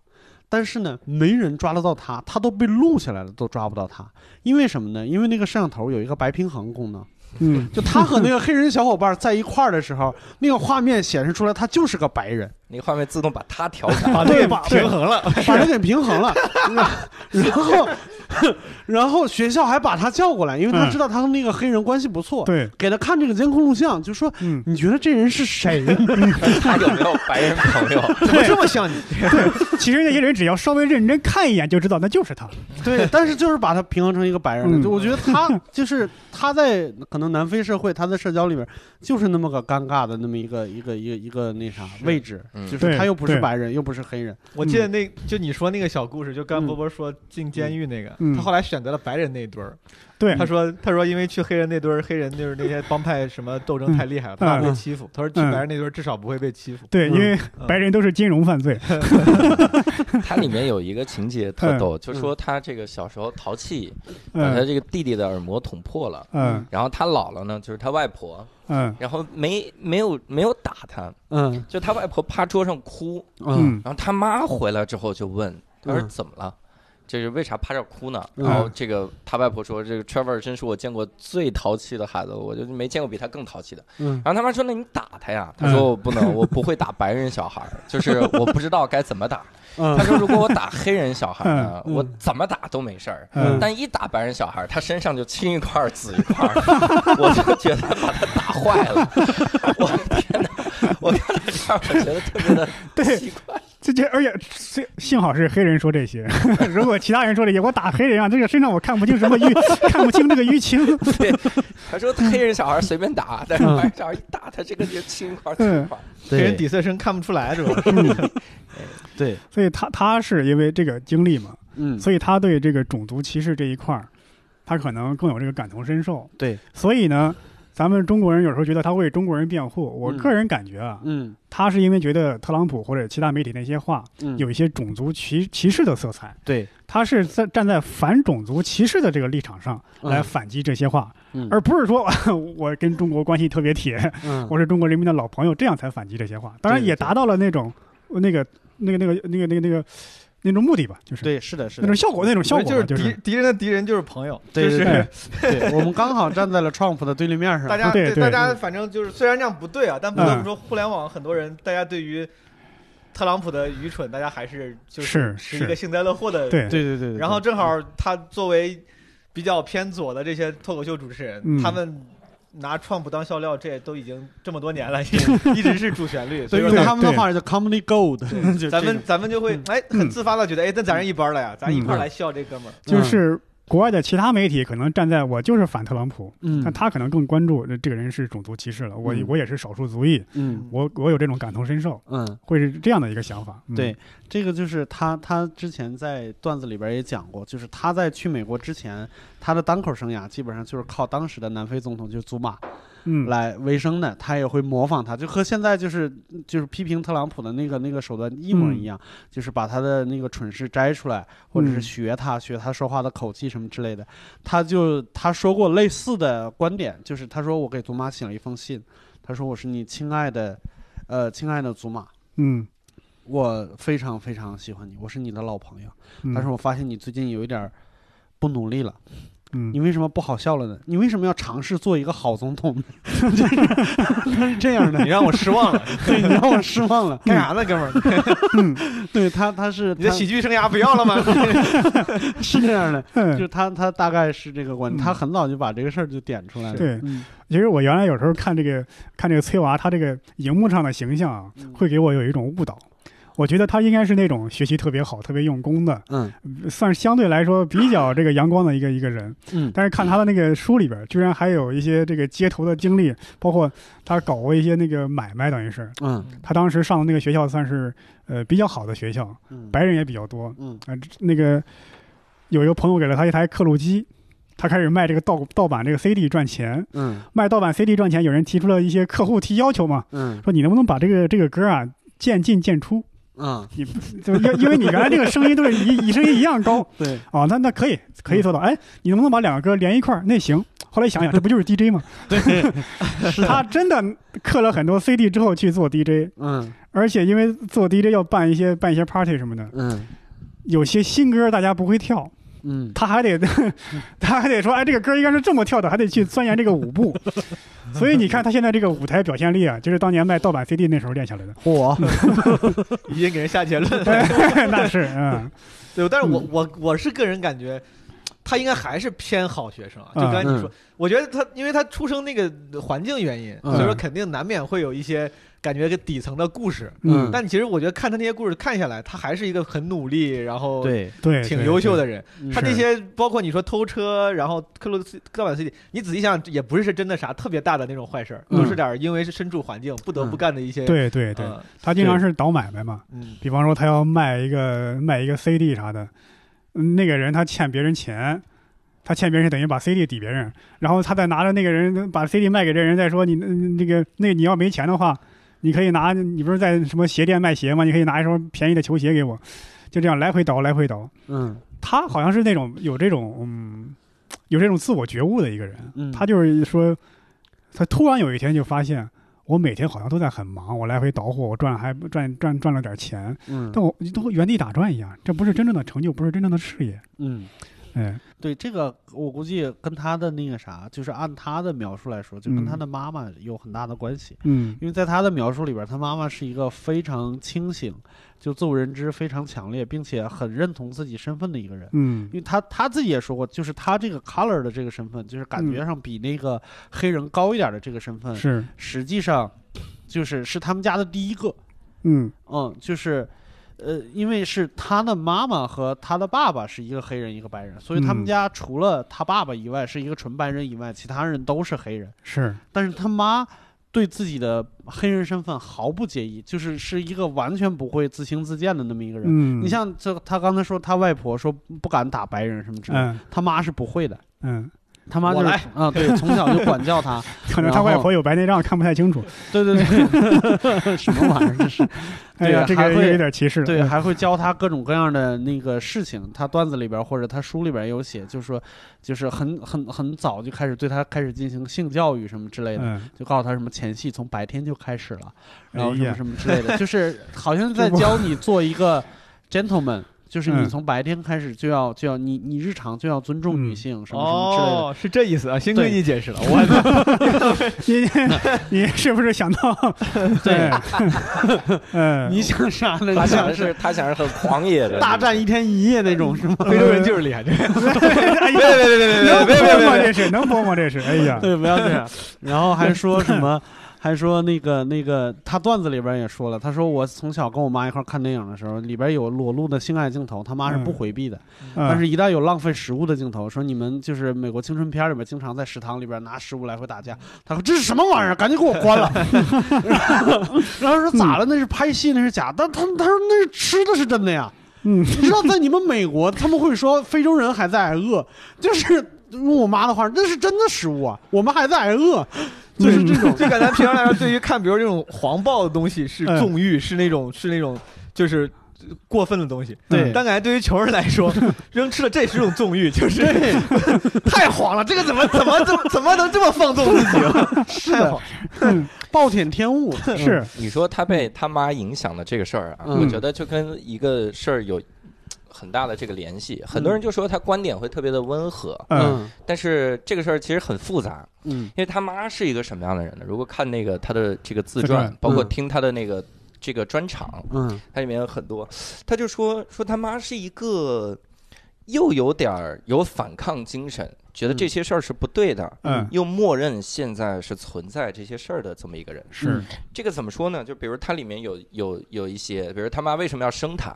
但是呢，没人抓得到他，他都被录下来了，都抓不到他，因为什么呢？因为那个摄像头有一个白平衡功能，嗯就他和那个黑人小伙伴在一块儿的时候，那个画面显示出来他就是个白人，那个画面自动把它调整。 把这对个吧平衡了， 把人给平衡了，然后，然后学校还把他叫过来，因为嗯他知道他和那个黑人关系不错，对，给他看这个监控录像，就说嗯，你觉得这人 是谁呢？他有没有白人朋 友？怎么这么像你？其实那些人只要稍微认真看一眼就知道那就是他。对，但是就是把他平衡成一个白人了。嗯就我觉得 他就是他在可能南非社会，他在社交里边就是那么个尴尬的那么一个一个一个一个那啥是位置，嗯就是他对又不是对白人，又不是黑人， 我记得嗯那就你说那个小故事，就刚嗯波波说进监狱那个，嗯他后来选择了白人那一堆儿。对他，说他说因为去黑人那堆儿，黑人就是那些帮派什么斗争太厉害了，他怕被欺负。他说去嗯白人那堆儿至少不会被欺负。对，嗯因为嗯白人都是金融犯罪。它里面有一个情节特嗯逗，就说他这个小时候淘气，把他嗯这个弟弟的耳膜捅破了。嗯然后他姥姥呢，就是他外婆，嗯然后没没有没有打他，嗯就他外婆趴桌上哭，嗯嗯然后他妈回来之后就问，他说嗯怎么了？这是为啥趴这儿哭呢？嗯然后这个他外婆说，这个 Trevor 真是我见过最淘气的孩子，我就没见过比他更淘气的。嗯然后他妈说，那你打他呀？他说我不能，我不会打白人小孩儿，就是我不知道该怎么打。他嗯说如果我打黑人小孩呢，嗯嗯我怎么打都没事儿。嗯但一打白人小孩，他身上就青一块儿紫一块儿，我就觉得把他打坏了。我的天哪！我看到这儿，我觉得特别的对奇怪。这这，而且这幸好是黑人说这些， 如果其他人说这些，我打黑人啊，这个身上我看不清什么淤， 看不清这个淤青。对，他说嗯黑人小孩随便打，但是白人小孩一打他，这个就青一块儿紫嗯一块儿。黑人对底色深看不出来，是吧？嗯 对，所以他他是因为这个经历嘛，嗯所以他对这个种族歧视这一块儿，他可能更有这个感同身受。对，所以呢，咱们中国人有时候觉得他为中国人辩护，我嗯个人感觉啊，嗯他是因为觉得特朗普或者其他媒体那些话嗯有一些种族歧歧视的色彩，对他是在站在反种族歧视的这个立场上嗯来反击这些话，嗯而不是说 我跟中国关系特别 铁，嗯我是中国人民的老朋友，这样才反击这些话。当然对也对达到了那种那个那个那个那个那个那个那种目的吧，就是。对是的是那的种。效果，那种效我果觉得吧就是敌敌人的敌人就是朋友，对就是对哦对，我们刚好站在了 Trump 的对立面上。 大家对对嗯大家反正就是虽然这样不对啊，但不得不说，互联网很多人大家对于特朗普的愚蠢，大家还是就是是一个是幸灾乐祸的。。对对对对对，然后正好他作为比较偏左的这些脱口秀主持人，嗯他们拿川普当笑料，这都已经这么多年 了，一直一直是主旋律。所对以用说对他们的话叫 comedy gold，就 咱这们种嗯咱们就会哎很自发的觉得哎，那咱人一班了呀，咱一块儿嗯来笑这哥们儿。嗯就是国外的其他媒体可能站在我就是反特朗普，但嗯他可能更关注这这个人是种族歧视了，我嗯我也是少数族裔，嗯我我有这种感同身受，嗯。会是这样的一个想法。嗯对，这个就是他，他之前在段子里边也讲过，就是他在去美国之前，他的单口生涯基本上就是靠当时的南非总统就是祖马嗯，来为生的，他也会模仿他，就和现在就是就是批评特朗普的那个那个手段一模一样，就是把他的那个蠢事摘出来，或者是嗯学他、学他说话的口气什么之类的。他就他说过类似的观点，就是他说我给祖玛写了一封信，他说我是你亲爱的，呃，亲爱的祖玛。嗯，我非常非常喜欢你，我是你的老朋友。嗯但是我发现你最近有一点儿不努力了，嗯你为什么不好笑了呢？你为什么要尝试做一个好总统呢？就是他是 这样的，你让我失望了，对你让我失望 了。干啥呢，哥们儿？对他，他是你的他喜剧生涯不 要了吗？ 是这样的，嗯就是他他大概是这个观嗯点，他很早就把这个事儿就点出来了。对嗯，其实我原来有时候看这个看这个崔娃，他这个荧幕上的形象啊，会给我有一种误导。我觉得他应该是那种学习特别好、特别用功的，嗯算是相对来说比较这个阳光的一个一个人。嗯但是看他的那个书里边，居然还有一些这个街头的经历，包括他搞过一些那个买卖，等于是嗯他当时上的那个学校算是呃比较好的学校，嗯，白人也比较多。嗯啊、这那个有一个朋友给了他一台刻录机，他开始卖这个盗盗版这个 CD 赚钱，嗯卖盗版 CD 赚钱，有人提出了一些客户提要求嘛，嗯说你能不能把这个这个歌啊渐进渐出，嗯，你就因因为你原来这个声音都是一一声音一样高对，啊，那那可以可以做到，哎，你能不能把两个歌连一块儿？那行。后来想想，这不就是 DJ 吗？对，是他真的刻了很多 CD 之后去做 DJ，嗯而且因为做 DJ 要办一些办一些 party 什么的，嗯有些新歌大家不会跳，嗯他还得，他还得说，哎，这个歌应该是这么跳的，还得去钻研这个舞步。所以你看他现在这个舞台表现力啊，就是当年卖盗版 CD 那时候练下来的。 我已经给人下结论了。那是，嗯，对，但是我我我是个人感觉，他应该还是偏好学生啊。就嗯刚才你说，我觉得他因为他出生那个环境原因，嗯所以说肯定难免会有一些感觉个底层的故事。嗯但其实我觉得看他那些故事看下来，他还是一个很努力，然后对对，挺对优秀的。人。嗯他那些包括你说偷车，然后克鲁斯盗版 CD，你仔细想想，也不是真的啥特别大的那种坏事儿，嗯都是点儿因为是身处环境不得不干的一些。对对对，嗯他经常是倒买卖嘛，嗯比方说他要卖一个卖一个 CD 啥的，嗯那个人他欠别人钱。他欠别人等于把 CD 抵别人，然后他再拿着那个人把 CD 卖给这人，再说你嗯那个那你要没钱的话，你可以拿你不是在什么鞋店卖鞋吗？你可以拿一双便宜的球鞋给我，就这样来回倒来回倒。嗯他好像是那种有这种嗯有这种自我觉悟的一个人，嗯，他就是说他突然有一天就发现我每天好像都在很忙，我来回倒货，我赚还赚赚赚了点钱，嗯但我都原地打转一样，这不是真正的成就，不是真正的事业。嗯。哎，对这个，我估计跟他的那个啥，就是按他的描述来说，就跟他嗯的妈妈有很大的关系。嗯因为在他的描述里边，他妈妈是一个非常清醒，就自我认知非常强烈，并且很认同自己身份的一个人。嗯因为他他自己也说过，就是他这个 color 的这个身份，就是感觉上比那个黑人高一点的这个身份，嗯是实际上就是是他们家的第一个。嗯嗯，就是，呃，因为是他的妈妈和他的爸爸是一个黑人一个白人，所以他们嗯家除了他爸爸以外是一个纯白人以外，其他人都是黑人。是但是他妈对自己的黑人身份毫不介意，就是是一个完全不会自轻自贱的那么一个人。嗯，你像这，他刚才说他外婆说不敢打白人什么之类的，嗯他妈是不会的，嗯，他妈就我是来啊、对，从小就管教 他，可能他外婆有白内障，看不太清楚。对对 对，什么玩意儿这是？哎呀，这对个还又会有点歧视了。对，还会教他各种各样的那个事情。他段子里边儿或者他书里边儿也有写，就是说，就是很很很早就开始对他开始进行性教育什么之类的，嗯，就告诉他什么前戏从白天就开始了，然后哎什么呀 什么之类的，就是好像在这不教你做一个 gentleman。就是嗯你从白天开始就要就要你你日常就要尊重女嗯性什么什么之类的。哦，是这意思啊，幸亏对你解释了，我你你 是不是想到？对，嗯，你想啥呢？他你想想的是他想的是很狂野的大战一天一夜那种是吗？非洲人就是厉害，这个 哎呀，别别别能播吗？这是能播吗？这是，哎呀， 对，不要这样。然后还说什 么？还说那个那个，他段子里边也说了，他说我从小跟我妈一块儿看电影的时候，里边有裸露的性爱镜头，他妈是不嗯回避的。但嗯是，一旦有浪费食物的镜头，说你们就是美国青春片里面经常在食堂里边拿食物来回打架，他说这是什么玩意儿？赶紧给我 关了。然后说咋了？那是拍戏，那是假。但他他说那是吃的是真的呀。嗯 你知道在你们美国，他们会说非洲人还在挨饿， 就是用我妈的话，那是真的食物啊，我们还在挨饿，就是这种。就感觉平常来说，对于看比如这种黄暴的东西是嗯纵欲，是那种是那种就是过分的东西。对但感觉对于穷人来说，扔吃了这也是一种纵欲，就是太黄了，这个怎么怎么怎么怎么能这么放纵自己啊？是太的黄，，暴殄天物是，你说他被他妈影响的这个事儿啊，嗯我觉得就跟一个事儿有很大的这个联系。很多人就说他观点会特别的温和，嗯嗯但是这个事儿其实很复杂，嗯因为他妈是一个什么样的人呢？如果看那个他的这个自自传传，包括嗯听他的那个这个专场，嗯它里面有很多，他就说说他妈是一个又有点儿有反抗精神，觉得嗯这些事儿是不对的，嗯，又默认现在是存在这些事儿的这么一个人。是，这个怎么说呢？就比如它里面有有有一些，比如他妈为什么要生他，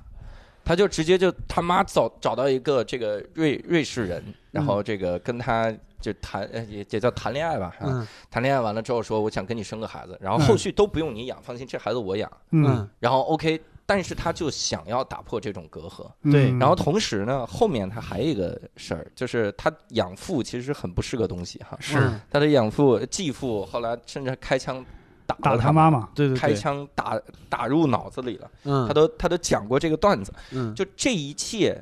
他就直接就他妈找找到一个这个瑞瑞士人，然后这个跟他就谈，呃也也叫谈恋爱吧，啊嗯谈恋爱完了之后说我想跟你生个孩子，然后嗯后续都不用你养，放心，这孩子我养。嗯，嗯然后 OK，但是他就想要打破这种隔阂。对嗯然后，同时呢，后面他还有一个事儿，就是他养父其实很不是个东西哈，是他的养父、继父后来甚至开枪打打了他他妈妈，对对开对，枪打打入脑子里了，嗯他都他都讲过这个段子，嗯就这一切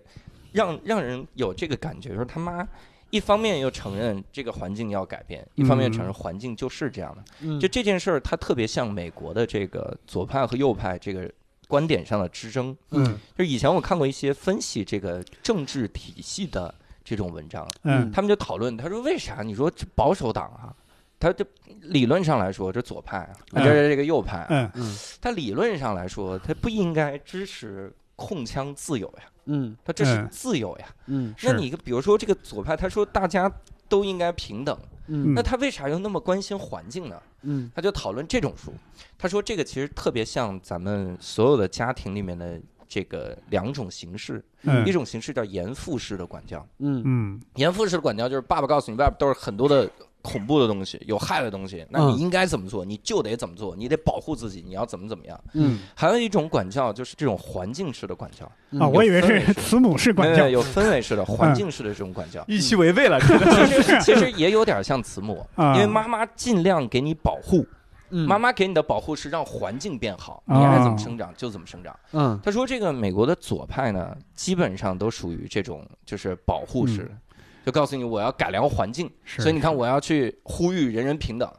让让人有这个感觉，说他妈一方面又承认这个环境要改变，一方面嗯承认环境就是这样的，嗯就这件事儿，它特别像美国的这个左派和右派这个观点上的之争。嗯就是以前我看过一些分析这个政治体系的这种文章，嗯他们就讨论，他说为啥你说这保守党啊，他这理论上来说这左派啊，嗯这这个右派、啊，嗯嗯他理论上来说他不应该支持控枪自由呀，嗯他这是嗯自由呀。嗯那是你比如说这个左派，他说大家都应该平等，嗯那他为啥又那么关心环境呢？嗯他就讨论这种书，他说这个其实特别像咱们所有的家庭里面的这个两种形式，嗯一种形式叫严父式的管教，嗯嗯严父式的管教就是爸爸告诉你外边都是很多的恐怖的东西，有害的东西，那嗯你应该怎么做，你就得怎么做，你得保护自己，你要怎么怎么样。嗯还有一种管教就是这种环境式的管教，嗯啊，我以为有氛是围慈母是管对教，嗯有氛围式的、环境式的这种管教。预期违背了，其实其实也有点像慈母，啊呃因为妈妈尽量给你保护，嗯妈妈给你的保护是让环境变好，哦你爱怎么生长就怎么生长。嗯他说这个美国的左派呢，基本上都属于这种就是保护式的，嗯就告诉你我要改良环境，是所以你看我要去呼吁人人平等，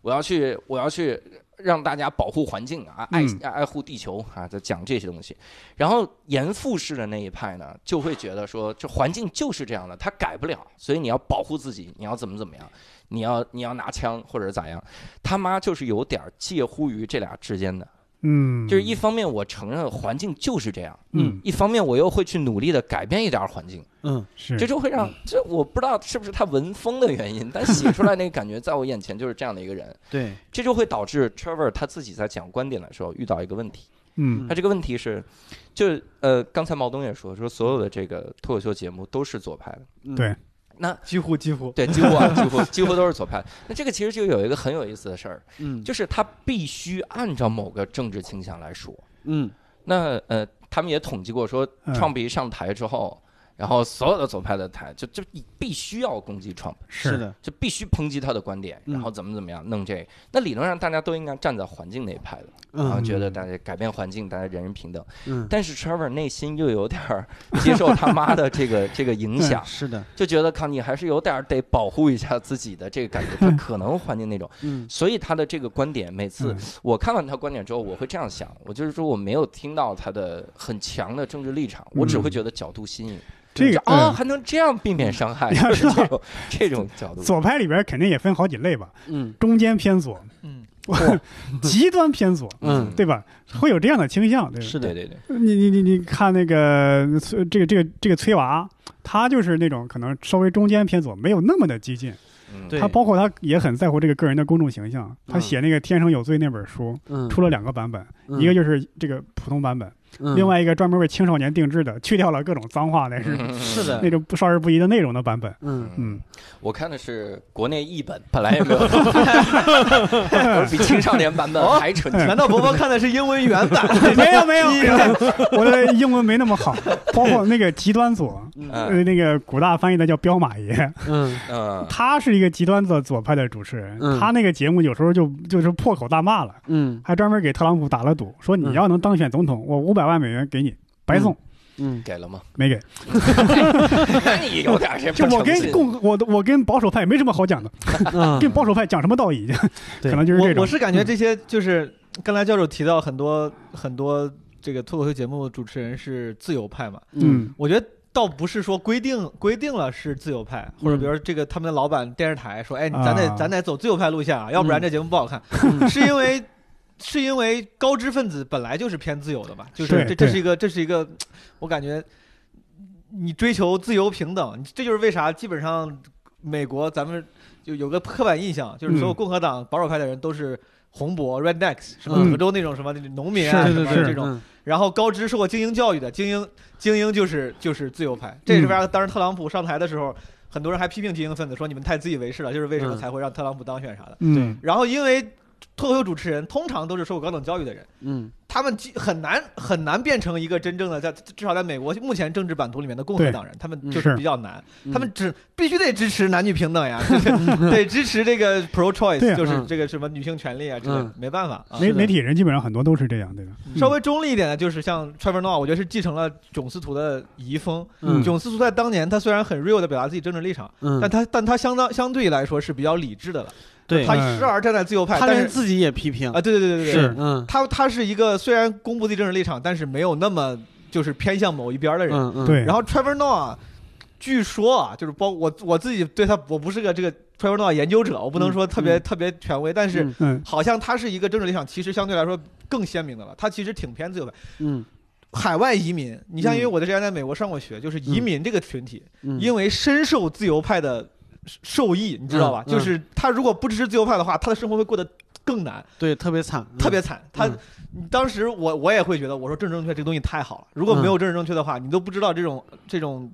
我要去我要去让大家保护环境啊，爱、嗯爱护地球啊，在讲这些东西。然后严复式的那一派呢，就会觉得说这环境就是这样的，他改不了，所以你要保护自己，你要怎么怎么样。你要你要拿枪或者咋样，他妈就是有点儿介乎于这俩之间的，嗯，就是一方面我承认环境就是这样，嗯一方面我又会去努力的改变一点儿环境，嗯是这就会让这我不知道是不是他文风的原因，但写出来那个感觉，在我眼前就是这样的一个人，对这就会导致 Trevor 他自己在讲观点的时候遇到一个问题，嗯他这个问题是，就呃刚才毛东也说说所有的这个脱口秀节目都是左派的，嗯几乎几乎对，几乎啊几乎几乎都是左派，那这个其实就有一个很有意思的事儿，嗯就是他必须按照某个政治倾向来说，嗯那呃，他们也统计过说，嗯创比上台之后，然后所有的左派的台就就必须要攻击 Trump，是，的，就必须抨击他的观点，嗯然后怎么怎么样弄这。那理论上大家都应该站在环境那一派的，然后嗯觉得大家改变环境，大家人人平等。嗯，但是 Trevor 内心又有点儿接受他妈的 这个这个影响，是的，就觉得康你还是有点儿得保护一下自己的这个感觉， 他可能环境那种，嗯所以他的这个观点，每次嗯我看完他观点之后，我会这样想，我就是说我没有听到他的很强的政治立场，我只会觉得角度新颖，这个就啊嗯还能这样避免伤害，就是这种这种角度。左派里边肯定也分好几类吧，嗯中间偏左，嗯，极端偏左，嗯，对吧？会有这样的倾向，对吧？是对的，对对，你你你你看那个呃这个这个这个崔娃，他就是那种可能稍微中间偏左，没有那么的激进。嗯对他包括他也很在乎这个个人的公众形象。他嗯写那个《天生有罪》那本书，嗯，出了两个版本，嗯一个就是这个普通版本，嗯另外一个专门为青少年定制的，去掉了各种脏话，那是嗯是的那种不少儿不宜的内容的版本。嗯嗯，我看的是国内译本，本来也没有，我比青少年版本还纯难净。道伯伯看的是英文原版？没有没有，没有 我的英文没那么好，包括那个极端左，嗯呃，那个古大翻译的叫彪马爷，嗯嗯，他是一个极端的左派的主持人，嗯他那个节目有时候就就是破口大骂了，嗯还专门给特朗普打了赌，说你要能当选总统，我五百万美元给你，白送。嗯给了吗？没给，那 你有点这就我跟跟共我我跟保守派没什么好讲的， 嗯跟保守派讲什么道义？对 可能就是这我种嗯我。是感觉这些就是刚才教主提到很多很多这个脱口秀节目主持人是自由派嘛，嗯，我觉得。倒不是说规定规定了是自由派，或者比如说这个他们的老板电视台说，哎，嗯啊咱得咱得走自由派路线啊，要不然这节目不 好看。嗯是因为是因为高知分子本来就是偏自由的嘛，就是对这这对是一个这是一个，我感觉你追求自由平等，你这就是为啥基本上美国咱们就有个刻板印象，就是所有嗯共和党保守派的人都是。红脖 （rednecks） 什么嗯德州那种什么农民嗯啊，是什么是是这种，然后高知受过精英教育的精英，精英就是就是自由嗯派。这是为啥？当时特朗普上台的时候，很多人还批评精英分子说你们太自以为是了，就是为什么嗯才会让特朗普当选啥的。嗯，然后因为脱口秀主持人通常都是受过高等教育的人，嗯他们基很难很难变成一个真正的在至少在美国目前政治版图里面的共和对党人，他们嗯就是是比较难，嗯他们只必须得支持男女平等呀， 对对，支持这个 pro 对 choice，啊就是嗯这个什么女性权利啊之类的嗯，没办法啊。媒是的媒体人基本上很多都是这样，对吧？稍微中立一点的，就是像 Trevor Noah，我觉得是继承了囧司徒的遗风。嗯囧司徒在当年，他虽然很 real 的表达自己政治立场，嗯但，他但他相当相对来说是比较理智的了。对他嗯时而站在自由派，他但连是自己也批评啊，，对对对对对，是嗯他他是一个虽然公布自己政治立场，但是没有那么就是偏向某一边的人。嗯嗯，对。然后 Trevor Noah，据说啊，就是包我我自己对他，我不是个这个 Trevor Noah 研究者，我不能说特别、嗯特别权威，但是嗯嗯，好像他是一个政治立场其实相对来说更鲜明的了。他其实挺偏自由派。嗯海外移民，你像因嗯为我之前在美国上过学，就是移民这个群体，嗯，因为深受自由派的受益，你知道吧？嗯嗯就是他如果不支持自由派的话，他的生活会过得更难。对特别惨，特别惨。他嗯，嗯你当时我我也会觉得，我说政治正确这个东西太好了，如果没有政治正确的话，你都不知道这种这种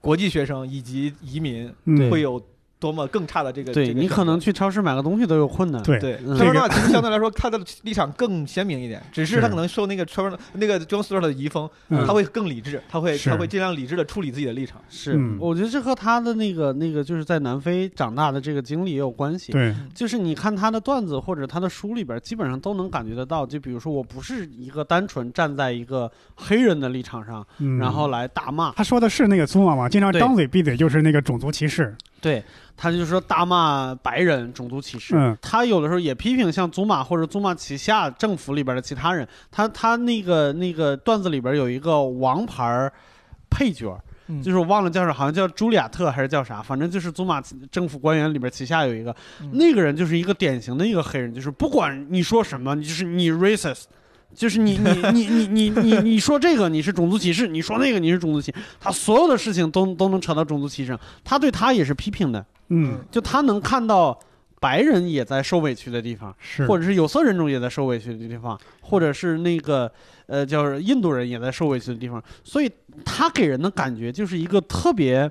国际学生以及移民嗯对会有多么更差的这个。对这个你选可择能去超市买个东西都有困难，对对，嗯特这个 纳其实相对来说他的立场更鲜明一点，只是他是可能受那个 t r 那个 John Stewart 的遗风，嗯他会更理智，他会是他会尽量理智的处理自己的立场。是嗯，我觉得这和他的那个那个就是在南非长大的这个经历也有关系。对，就是你看他的段子或者他的书里边，基本上都能感觉得到。就比如说，我不是一个单纯站在一个黑人的立场上，嗯然后来大骂，他说的是那个苏妈妈，经常对张嘴闭嘴就是那个种族歧视。对，他就说大骂白人种族歧视。嗯他有的时候也批评像祖玛或者祖玛旗下政府里边的其他人。他他那个那个段子里边有一个王牌儿配角儿，嗯就是我忘了叫啥，好像叫朱利亚特还是叫啥，反正就是祖玛旗政府官员里边旗下有一个，嗯那个人就是一个典型的一个黑人，就是不管你说什么，你就是你 racist。就是你你你你你你你说这个你是种族歧视，你说那个你是种族歧视，他所有的事情都都能扯到种族歧视上，他对他也是批评的，嗯，就他能看到白人也在受委屈的地方，是或者是有色人种也在受委屈的地方，或者是那个呃叫印度人也在受委屈的地方，所以他给人的感觉就是一个特别。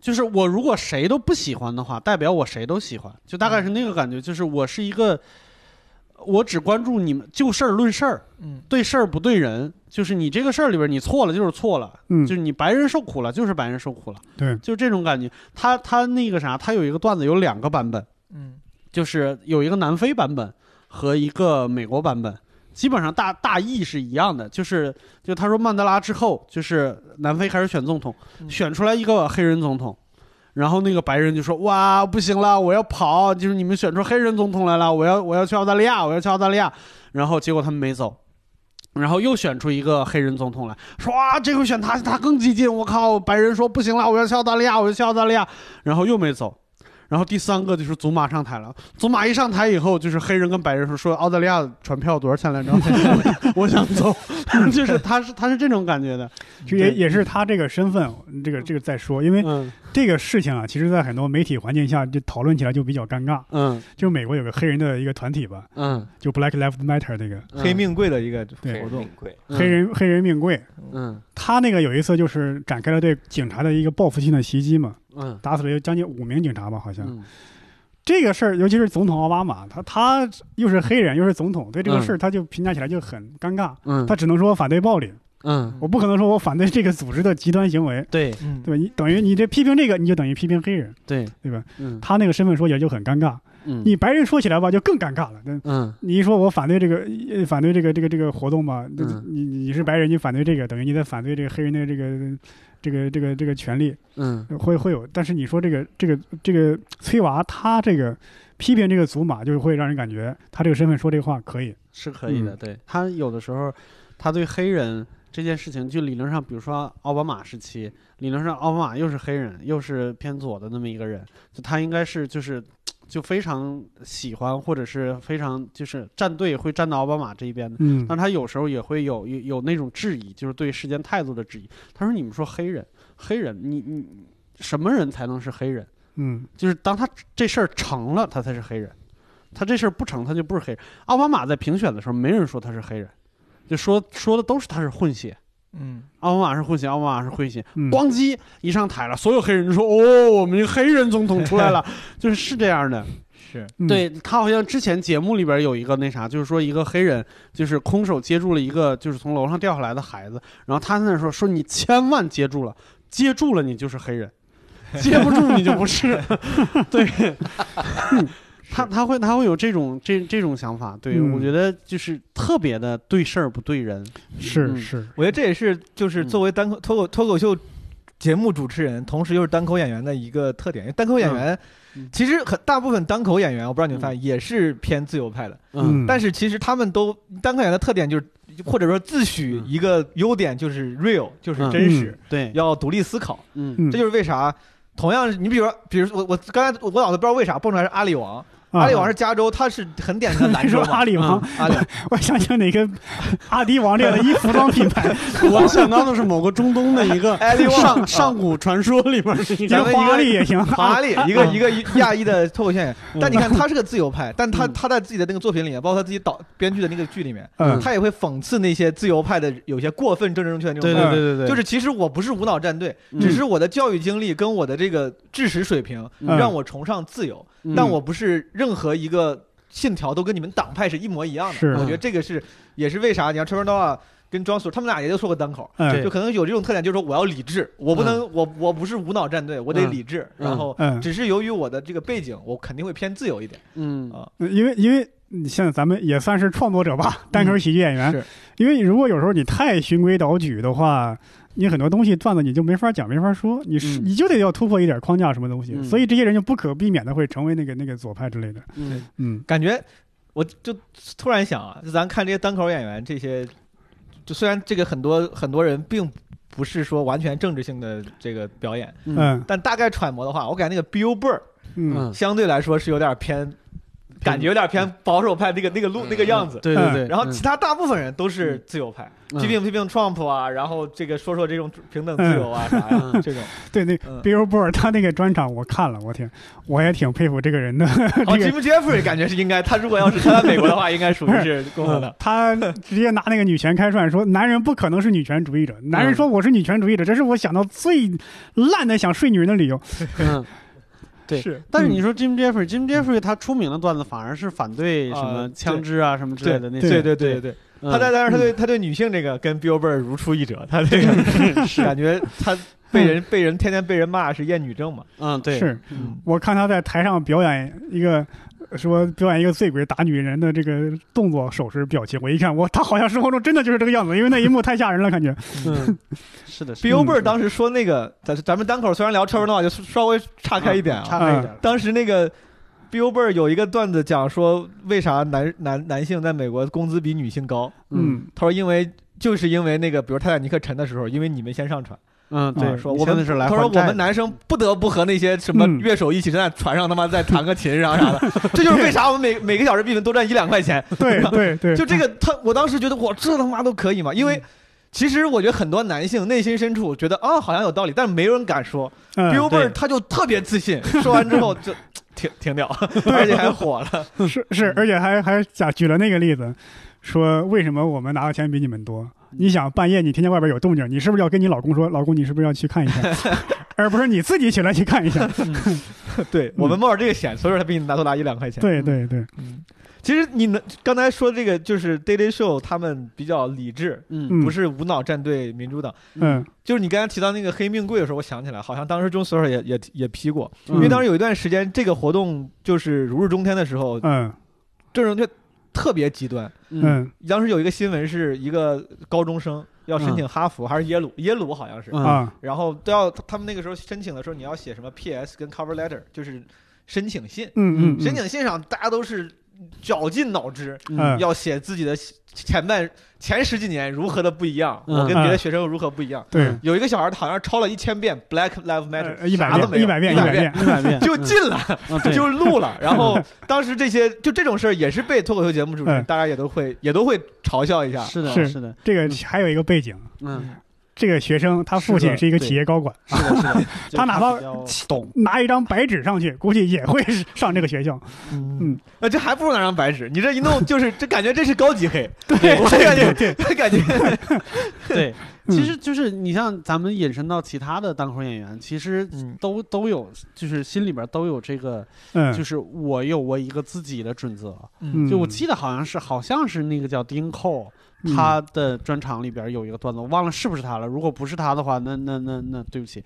就是我如果谁都不喜欢的话，代表我谁都喜欢，就大概是那个感觉。就是我是一个，我只关注你们就事儿论事儿，嗯对事儿不对人，就是你这个事儿里边你错了就是错了，嗯就是你白人受苦了就是白人受苦了，对就这种感觉。他他那个啥，他有一个段子有两个版本，嗯就是有一个南非版本和一个美国版本，基本上大大意是一样的，就是就他说曼德拉之后，就是南非开始选总统，嗯选出来一个黑人总统。然后那个白人就说：“哇，不行了，我要跑！就是你们选出黑人总统来了，我要我要去澳大利亚，我要去澳大利亚。”然后结果他们没走，然后又选出一个黑人总统来说：“啊，这回选他，他更激进！我靠！”白人说：“不行了，我要去澳大利亚，我要去澳大利亚。”然后又没走。然后第三个就是祖玛上台了，祖玛一上台以后，就是黑人跟白人说说澳大利亚船票多少钱来着？ 我想走， 就是他是他是这种感觉的，就也对也是他这个身份，这个这个再说，因为嗯这个事情啊，其实在很多媒体环境下就讨论起来就比较尴尬。嗯就美国有个黑人的一个团体吧，嗯，就 Black Lives Matter 这个嗯黑命贵的一个对活动命，贵，黑人黑人命贵，嗯他那个有一次就是展开了对警察的一个报复性的袭击嘛，嗯打死了有将近五名警察吧，好像。嗯这个事儿，尤其是总统奥巴马，他他又是黑人又是总统，对这个事儿他就评价起来就很尴尬，嗯他只能说反对暴力，嗯，我不可能说我反对这个组织的极端行为，对嗯对吧？你等于你这批评这个，你就等于批评黑人，对对吧？嗯他那个身份说起来就很尴尬，嗯你白人说起来吧就更尴尬了。那嗯你一说我反对这个呃反对这个这个这个活动吧，那嗯你你你是白人，你反对这个，等于你在反对这个黑人的这个这个这个这个权利，呃嗯会会有。但是你说这个这个这个崔娃他这个批评这个祖玛，就会让人感觉他这个身份说这话可以。是可以的，对他有的时候他对黑人。这件事情就理论上，比如说奥巴马时期，理论上奥巴马又是黑人，又是偏左的那么一个人，就他应该是就是就非常喜欢或者是非常就是站队会站到奥巴马这一边的。嗯但他有时候也会有有有那种质疑，就是对世间态度的质疑。他说：“你们说黑人，黑人，你你什么人才能是黑人？嗯就是当他这事儿成了，他才是黑人；他这事儿不成，他就不是黑人。”奥巴马在评选的时候，没人说他是黑人，就说说的都是他是混血。嗯奥巴马是混血，奥巴马是混血。嗯，咣叽一上台了，所有黑人就说：“哦，我们一个黑人总统出来了。”就是是这样的。是嗯，对他好像之前节目里边有一个那啥，就是说一个黑人就是空手接住了一个就是从楼上掉下来的孩子，然后他在那说说你千万接住了，接住了你就是黑人，接不住你就不是。 对，他他会他会有这种这这种想法，对、嗯我觉得就是特别的对事儿不对人。是嗯是，我觉得这也是就是嗯作为单口脱口脱口秀节目主持人，同时又是单口演员的一个特点。因为单口演员嗯嗯其实很大部分单口演员，我不知道你们嗯发现也是偏自由派的，嗯但是其实他们都单口演员的特点就是，或者说自嗯诩一个优点就是 real，就是真实，对，要独立思考。嗯嗯这就是为啥。同样是，你比如说，比如说我我刚才我脑子不知道为啥蹦出来是阿里啊王，阿里王是加州，他是很典 型的你南州啊说嘛。嗯阿里王，阿里王，我想起哪个阿迪王这样的一服装品牌，我想到的是某个中东的 一个艾利旺上上啊古传说里边的一一个个 咱们一个花丽也行。啊华丽，一个一个亚裔的脱口秀演员。嗯但你看，他是个自由派，但他嗯他在自己的那个作品里面，包括他自己导编剧的那个剧里面，嗯他也会讽刺那些自由派的 有些过分政治正确的那种对方对法。对对对，就是其实我不是无脑站队，嗯只是我的教育经历跟我的这个知识水平嗯让我崇尚自由，嗯但我不是任何一个信条都跟你们党派是一模一样的。是我觉得这个是也是为啥，你看 Trevor Noah 跟庄所他们俩也就说过单口，哎嗯就可能有这种特点，就是说我要理智，我不能，我我不是无脑战队，我得理智。嗯然后，嗯，只是由于我的这个背景，我肯定会偏自由一点。嗯啊呃因为因为你像咱们也算是创作者吧，单口喜剧演员。是因为如果有时候你太循规蹈矩的话，你很多东西段子你就没法讲，没法说，你是、嗯你就得要突破一点框架什么东西，嗯所以这些人就不可避免的会成为那个那个左派之类的。 嗯嗯感觉我就突然想啊，就咱看这些单口演员，这些就虽然这个很多很多人并不是说完全政治性的这个表演，嗯但大概揣摩的话，我感觉那个 Bill Burr 嗯嗯，相对来说是有点偏，感觉有点偏保守派那个那个路那个样子。嗯对对对，然后其他大部分人都是自由派，嗯批评批评 Trump 啊，然后这个说说这种平等自由啊啥呀嗯 这种。对，那嗯 Billboard 他那个专场我看了，我天，我也挺佩服这个人的。哦，Jim Jeffrey 感觉是应该，他如果要是他在美国的话，应该属于是共和党。 他直接拿那个女权开涮，说男人不可能是女权主义者。男人说我是女权主义者，这是我想到最烂的想睡女人的理由。嗯， 对是但是嗯你说 Jim Jeffrey，Jim Jeffrey 他出名的段子反而是反对什么啊枪支啊、什么之类的那些。对对对对，嗯他在但是他对他对女性这个跟 Bill Burr 如出一辙，他这 个感觉他被人被人天天被人骂是厌女症嘛，嗯对是嗯我看他在台上表演一个说表演一个醉鬼打女人的这个动作、手势、表情，我一看，我他好像生活中真的就是这个样子，因为那一幕太吓人了，感觉。嗯是的，是的，Bill Burr 当时说那个咱咱们单口虽然聊 Trevor Noah 就稍微岔开一点啊，差开一点。当时那个 Bill Burr 有一个段子讲说为啥男男男性在美国工资比女性高，嗯，他说因为就是因为那个比如泰坦尼克沉的时候，因为你们先上船。嗯对，对，说你我现在们是来他说还债我们的男生不得不和那些什么嗯乐手一起站在船上，他妈在弹个琴 啥啥的，这就是为啥我们每每个小时比分多赚一两块钱。嗯对对 对，就这个，他我当时觉得我这他妈都可以嘛，因为。其实我觉得很多男性内心深处觉得啊，好像有道理，但是没人敢说。Bill 嗯， Burr 对他就特别自信，说完之后就 停停掉，而且还火了。嗯是是，而且还还假举了那个例子，说为什么我们拿的钱比你们多？你想半夜你听见外边有动静，你是不是要跟你老公说，老公你是不是要去看一下， 而不是你自己起来去看一 下？对我们冒着这个险，所以说他比你拿多拿一两块钱。对对对，嗯，其实你能刚才说这个就是 Daily Show 他们比较理智，嗯嗯不是无脑站队民主党。嗯就是你刚才提到那个黑命贵的时候，我想起来，好像当时中 Sir 也也也批过，嗯因为当时有一段时间，这个活动就是如日中天的时候，嗯阵容就特别极端。嗯嗯当时有一个新闻是一个高中生要申请哈佛、还是耶鲁，耶鲁好像是，嗯啊然后都要他们那个时候申请的时候，你要写什么 P.S. 跟 cover letter，就是申请信。嗯嗯申请信上大家都是绞尽脑汁，嗯要写自己的前半前十几年如何的不一样，嗯我跟别的学生如何不一样。对，有一个小孩好像抄了一千遍 Black Lives Matter，一百呃啥都没遍有一百遍一一百百遍遍，一百遍 就进了，嗯对 就录了。然后当时这些就这种事儿也是被脱口秀节目主持人，嗯大家也都会也都会嘲笑一下。是的，是是的，这个还有一个背景， 嗯，这个学生他父亲是一个企业高管，是的，是的，就他哪怕比 较懂，拿一张白纸上去，估计也会 上这个学校。嗯嗯，那这还不如拿张白纸，你这一弄就是这感觉这是高级黑， 对我感觉这感觉 嗯对，其实就是你像咱们引申到其他的单口演员，其实嗯都都有，就是心里边都有这个，就嗯，是我有我一个自己的准则。嗯就我记得好像是好像是那个叫丁扣，嗯他的专场里边有一个段子，我忘了是不是他了。如果不是他的话，那那那那对不起，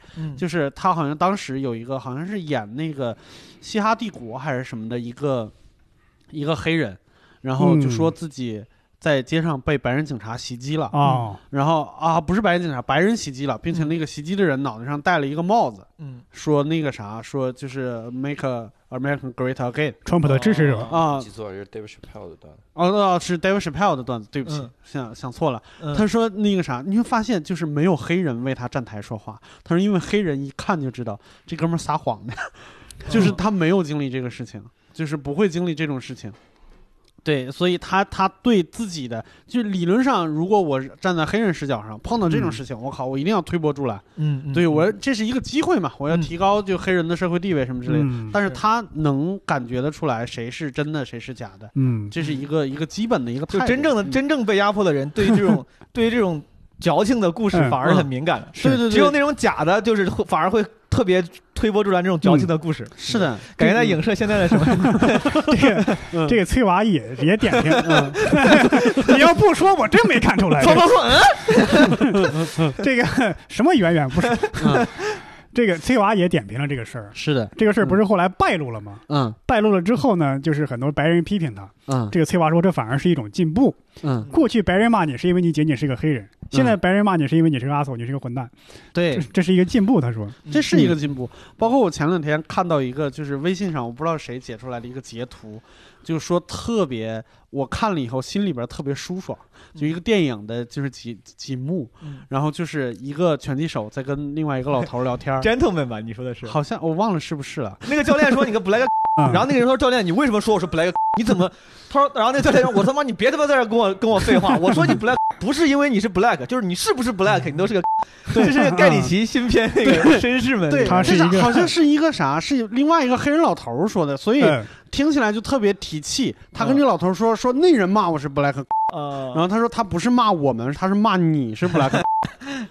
就就是他好像当时有一个好像是演那个《嘻哈帝国》还是什么的一个一个黑人，然后就说自己在街上被白人警察袭击了，嗯哦，嗯然后啊不是白人警察，白人袭击了，并且那个袭击的人脑袋上戴了一个帽子，嗯说那个啥，说就是 Make a American Great Again 川普的支持者，啊记错了，这是 David Chappelle 的段子。哦，哦是 David Chappelle 的段子，对不起，嗯想想错了。嗯他说那个啥，你会发现就是没有黑人为他站台说话。他说因为黑人一看就知道这哥们儿撒谎的， 就是嗯他没有经历这个事情，就是不会经历这种事情。对，所以他他对自己的，就理论上，如果我站在黑人视角上碰到这种事情，我靠，我一定要推波助澜。嗯嗯对我这是一个机会嘛，我要嗯提高就黑人的社会地位什么之类的。嗯但是是他能感觉得出来谁是真的，谁是假的。嗯，这是一个一个基本的一个态就度，真正的真正被压迫的人，对于 这种对于这种矫情的故事嗯反而很敏感的。对对对，只有那种假的，就是会反而会特别推波助澜这种矫情嗯的故事，是的，感觉在影射现在的什么？这个 嗯这个崔娃也也点评， 你要不说我真没看 出来。错错错，嗯，这个什么远远不是嗯， 这个崔娃也点评了这个事儿。是的，这个事儿不是后来败露了吗？嗯败露了之后呢，就是很多白人批评他。嗯这个崔娃说，这反而是一种进步。嗯，过去白人骂你是因为你仅仅是个黑人，现在白人骂你是因为你是个阿索，你是个混蛋。对这，这是一个进步，他说。这是一个进步。包括我前两天看到一个，就是微信上我不知道谁截出来的一个截图，就说特别，我看了以后心里边特别舒爽，就一个电影的，就是几几幕嗯，，然后就是一个拳击手在跟另外一个老头儿聊天儿 gentleman 吧？你说的是？好像我忘了是不是了，那个教练说你个 black，啊、然后那个人说教练，你为什么说我是 black？你怎么？他说，然后那个教练说，我他妈你别他妈在这跟我跟我废话，我说你 black 不是因为你是 black，就是你是不是 black，你都是个。这是盖里奇新片那个绅士们，对，他是一个这好像是一个 啥，是另外一个黑人老头儿说的，所以嗯嗯听起来就特别提气。他跟这老头说、说那人骂我是 black，啊 然后他说他不是骂我们，他是骂你是 black，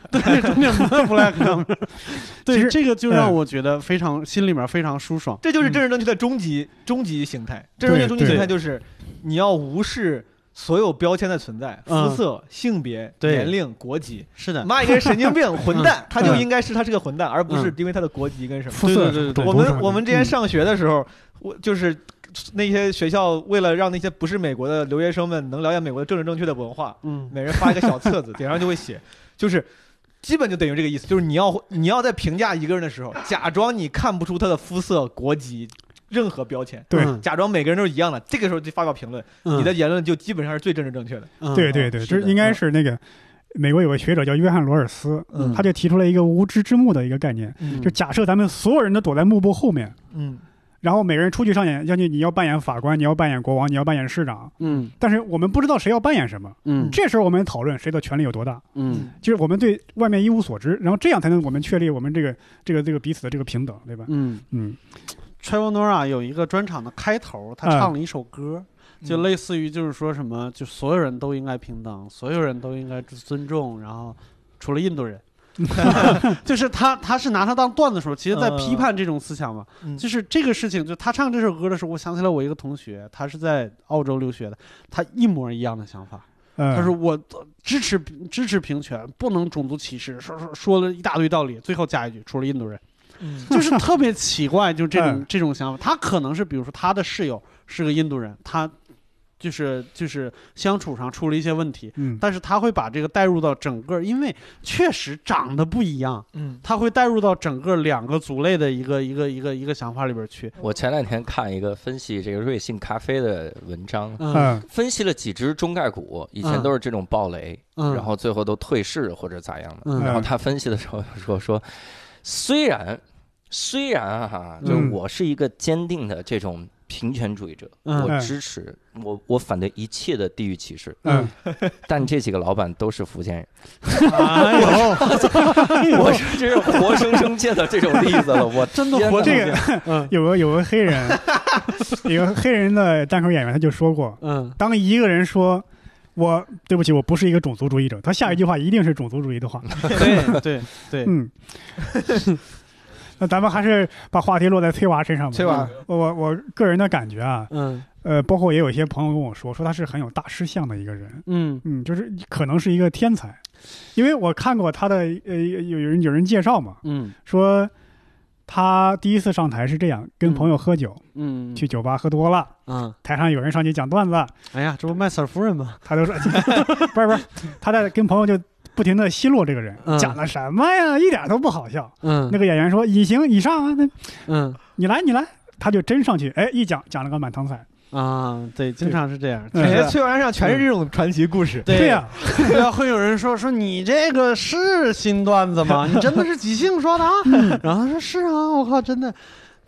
对，中点不是 black，其 对，实这个就让嗯我觉得非常心里面非常舒爽。这就是政治正确的终极、终极形态。政治正确终极形态就是你要无视所有标签的存在，嗯肤色、性别、对年龄、国籍。是 的，骂一个人神经病、混蛋，他就应该是他是个混蛋，而不是因为他的国籍跟什么。肤色嗯对对对对嗯种我族什们么我们之前的上学的时候，我就是那些学校为了让那些不是美国的留学生们能了解美国的政治正确的文化，嗯，每人发一个小册子，顶上就 会写，就是基本就等于这个意思，就是你要你要在评价一个人的时候，假装你看不出他的肤色、国籍任何标签，对嗯假装每个人都是一样的，这个时候就发表评论，你的言论就基本上是最政治正确的。嗯对对对，是这的应该是那个美国有个学者叫约翰罗尔斯，嗯他就提出了一个无知之幕的一个概念，嗯就假设咱们所有人都躲在幕布后面，嗯然后每个人出去上演，要你你要扮演法官，你要扮演国王，你要扮演市长，嗯但是我们不知道谁要扮演什么，嗯这时候我们讨论谁的权力有多大，嗯就是我们对外面一无所知，然后这样才能我们确立我们这个这个这个彼此的这个平等，对吧？嗯嗯， ，Trevor Noah 有一个专场的开头，他嗯唱了一首歌，嗯就类似于就是说什么，就所有人都应该平等，所有人都应该尊重，然后除了印 度人。就是他，他是拿他当段子说，其实在嗯批判这种思想嘛。嗯就是这个事情，就他唱这首歌的时候，我想起来我一个同学，他是在澳洲留学的，他一模一样的想法。嗯呃、他说我支持支持平权，不能种族歧视，说说说了一大堆道理，最后加一句，除了印度人，嗯 就是特别奇怪，就这种嗯这种想法。他可能是比如说他的室友是个印度人，他就是就是相处上出了一些问题，嗯，但是他会把这个带入到整个，因为确实长得不一样，嗯他会带入到整个两个族类的一个一个一个一个想法里边去。我前两天看一个分析这个瑞幸咖啡的文章，嗯嗯分析了几只中概股，以前嗯都是这种暴雷，嗯，然后最后都退市或者咋样的。嗯然后他分析的时候就说说，虽然虽然啊哈、嗯就我是一个坚定的这种平权主义者，嗯我支持我我反对一切的地域歧视，嗯但这几个老板都是福建人，哎 呦，我是这种活生生见到这种例子了，我 真的天活哪这个 嗯有个有个黑人， 有个黑人的单口演员他就说过，嗯当一个人说“我对不起，我不是一个种族主义者”，他下一句话一定是种族主义的话。嗯对对对，嗯， 那咱们还是把话题落在崔娃身上吧。崔娃，我我我个人的感觉啊，嗯呃，包括也有一些朋友跟我说，说他是很有大师相的一个人，嗯嗯，就是可能是一个天才，因为我看过他的呃有有人有人介绍嘛，嗯说他第一次上台是这样，跟朋友喝酒，嗯，去酒吧喝多了，嗯，台上有人上去讲段 子，哎呀，这不麦瑟尔夫人吗？他就说， 不是不是，他在跟朋友就不停的奚落这个人，嗯讲了什么呀，一点都不好笑。嗯那个演员说：“以行以上啊，那嗯你来你来。”他就真上去，哎，一讲讲了个满堂彩。啊，对，经常是这样。嗯感觉是哎崔完上全是这种传奇故事。对呀、呀、然后会有人说说你这个是新段子吗？你真的是即兴说的啊？然后他说是啊，我靠，真的。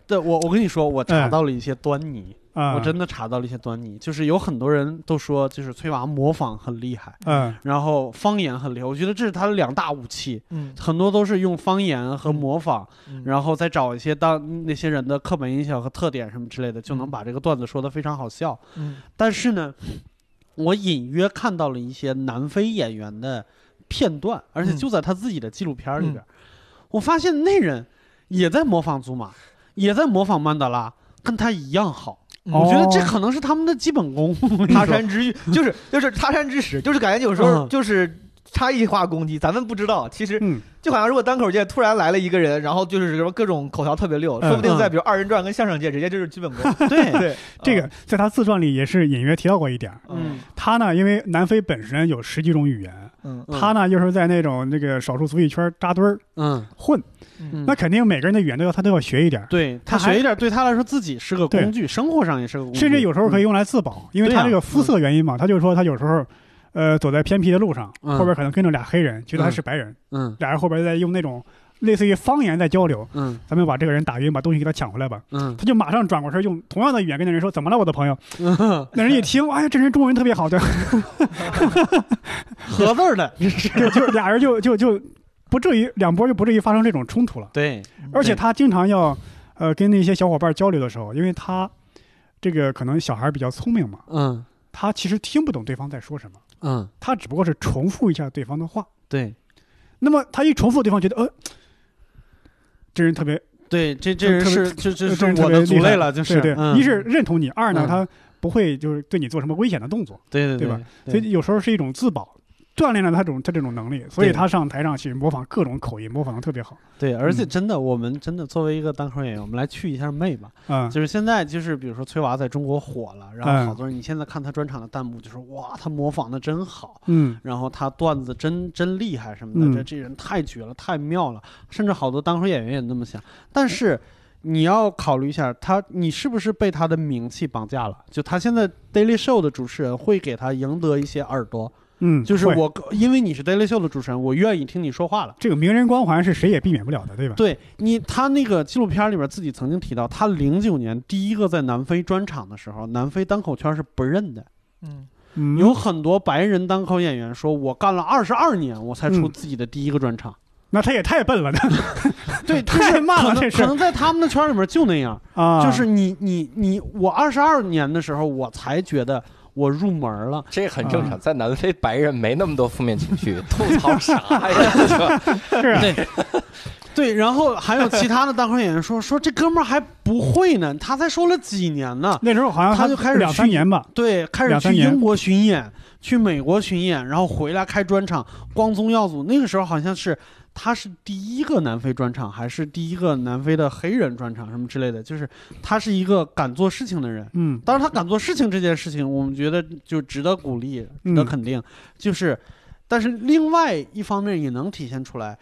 对，我我跟你说，我查嗯到了一些端倪，啊，我真的查到了一些端倪，就是有很多人都说，就是崔娃模仿很厉害，嗯然后方言很厉害，我觉得这是他的两大武器，嗯，很多都是用方言和模仿，嗯然后再找一些当那些人的刻板印象和特点什么之类的，就能把这个段子说得非常好笑。嗯但是呢，我隐约看到了一些南非演员的片段，而且嗯就在他自己的纪录片里边，嗯我发现那人也在模仿祖玛，也在模仿曼德拉，跟他一样好。哦我觉得这可能是他们的基本功。嗯他嗯山之玉，就是就是他山之石，就是感觉有时候嗯就是差异化攻击，咱们不知道。其实嗯就好像如果单口界突然来了一个人，然后就是什么各种口条特别溜，嗯说不定在比如二人转跟相声界直接就是基本功。对，对， 这个在他自传里也是隐约提到过一点儿。嗯嗯他呢，因为南非本身有十几种语言，嗯嗯他呢又是在那种那个少数族裔圈扎堆儿嗯混，嗯，那肯定每个人的语言都要他都要学一点儿，对他他还学一点，对他来说自己是个工具，生活上也是个工具，甚至有时候可以用来自保，因为嗯对他呀这个肤色原因嘛，他就说他有时候，呃，走在偏僻的路上，嗯后边可能跟着俩黑人，觉得他是白人，嗯俩人后边在用那种类似于方言在交流，嗯咱们把这个人打晕，把东西给他抢回来吧。嗯他就马上转过身，用同样的语言跟那人说：“怎么了，我的 朋友嗯，？”那人一听，哎呀，这人中文特别好，对，合字儿的， 就就俩人就就就不至于两波就不至于发生这种冲突了。嗯对，而且他经常要，呃，跟那些小伙伴交流的时候，因为他这个可能小孩比较聪明嘛，嗯他其实听不懂对方在说什么，嗯，他只不过是重复一下对方的话。对那么他一重复，对方觉得呃，这人特别对，这这这人特别是这这这是人特我别的厉族类害了，就是对对，嗯一是认同你，二呢嗯他不会就是对你做什么危险的动作，对对对吧？所以有时候是一种自保。锻炼了他这种他这种能力，所以他上台上去模仿各种口音，模仿的特别好。对，而且嗯真的，我们真的作为一个单口演员，我们来去一下魅吧。嗯，就是现在，就是比如说崔娃在中国火了，然后嗯好多人，你现在看他专场的弹幕就说哇，他模仿的真好，嗯然后他段子真真厉害什么的，嗯这这人太绝了，太妙了，甚至好多单口演员也那么想。但是你要考虑一下，他你是不是被他的名气绑架了？就他现在 Daily Show 的主持人会给他赢得一些耳朵，嗯，就是会我因为你是 Daily Show 的主持人，我愿意听你说话了。这个名人光环是谁也避免不了的，对吧？对你，他那个纪录片里边自己曾经提到，他零九年第一个在南非专场的时候，南非单口圈是不认的，嗯，嗯，有很多白人单口演员说，我干了二十二年，我才出嗯自己的第一个专场。那他也太笨了，他 对，就是太慢了可能这事可能在他们的圈里面就那样，啊，就是你你你，我二十二年的时候，我才觉得我入门了。这很正常，在南非白人没那么多负面情 绪，吐槽啥 呀？是吧是啊对，然后还有其他的单口演员说说这哥们儿还不会呢，他才说了几年呢。那时候好像他就开始两三去年吧，对，开始两三去年英国巡演，去美国巡演，然后回来开专场。光宗耀祖，那个时候好像是他是第一个南非专场，还是第一个南非的黑人专场什么之类的，就是他是一个敢做事情的人。嗯当然，他敢做事情这件事情，我们觉得就值得鼓励，值嗯得肯定。就是，但是另外一方面也能体现出来，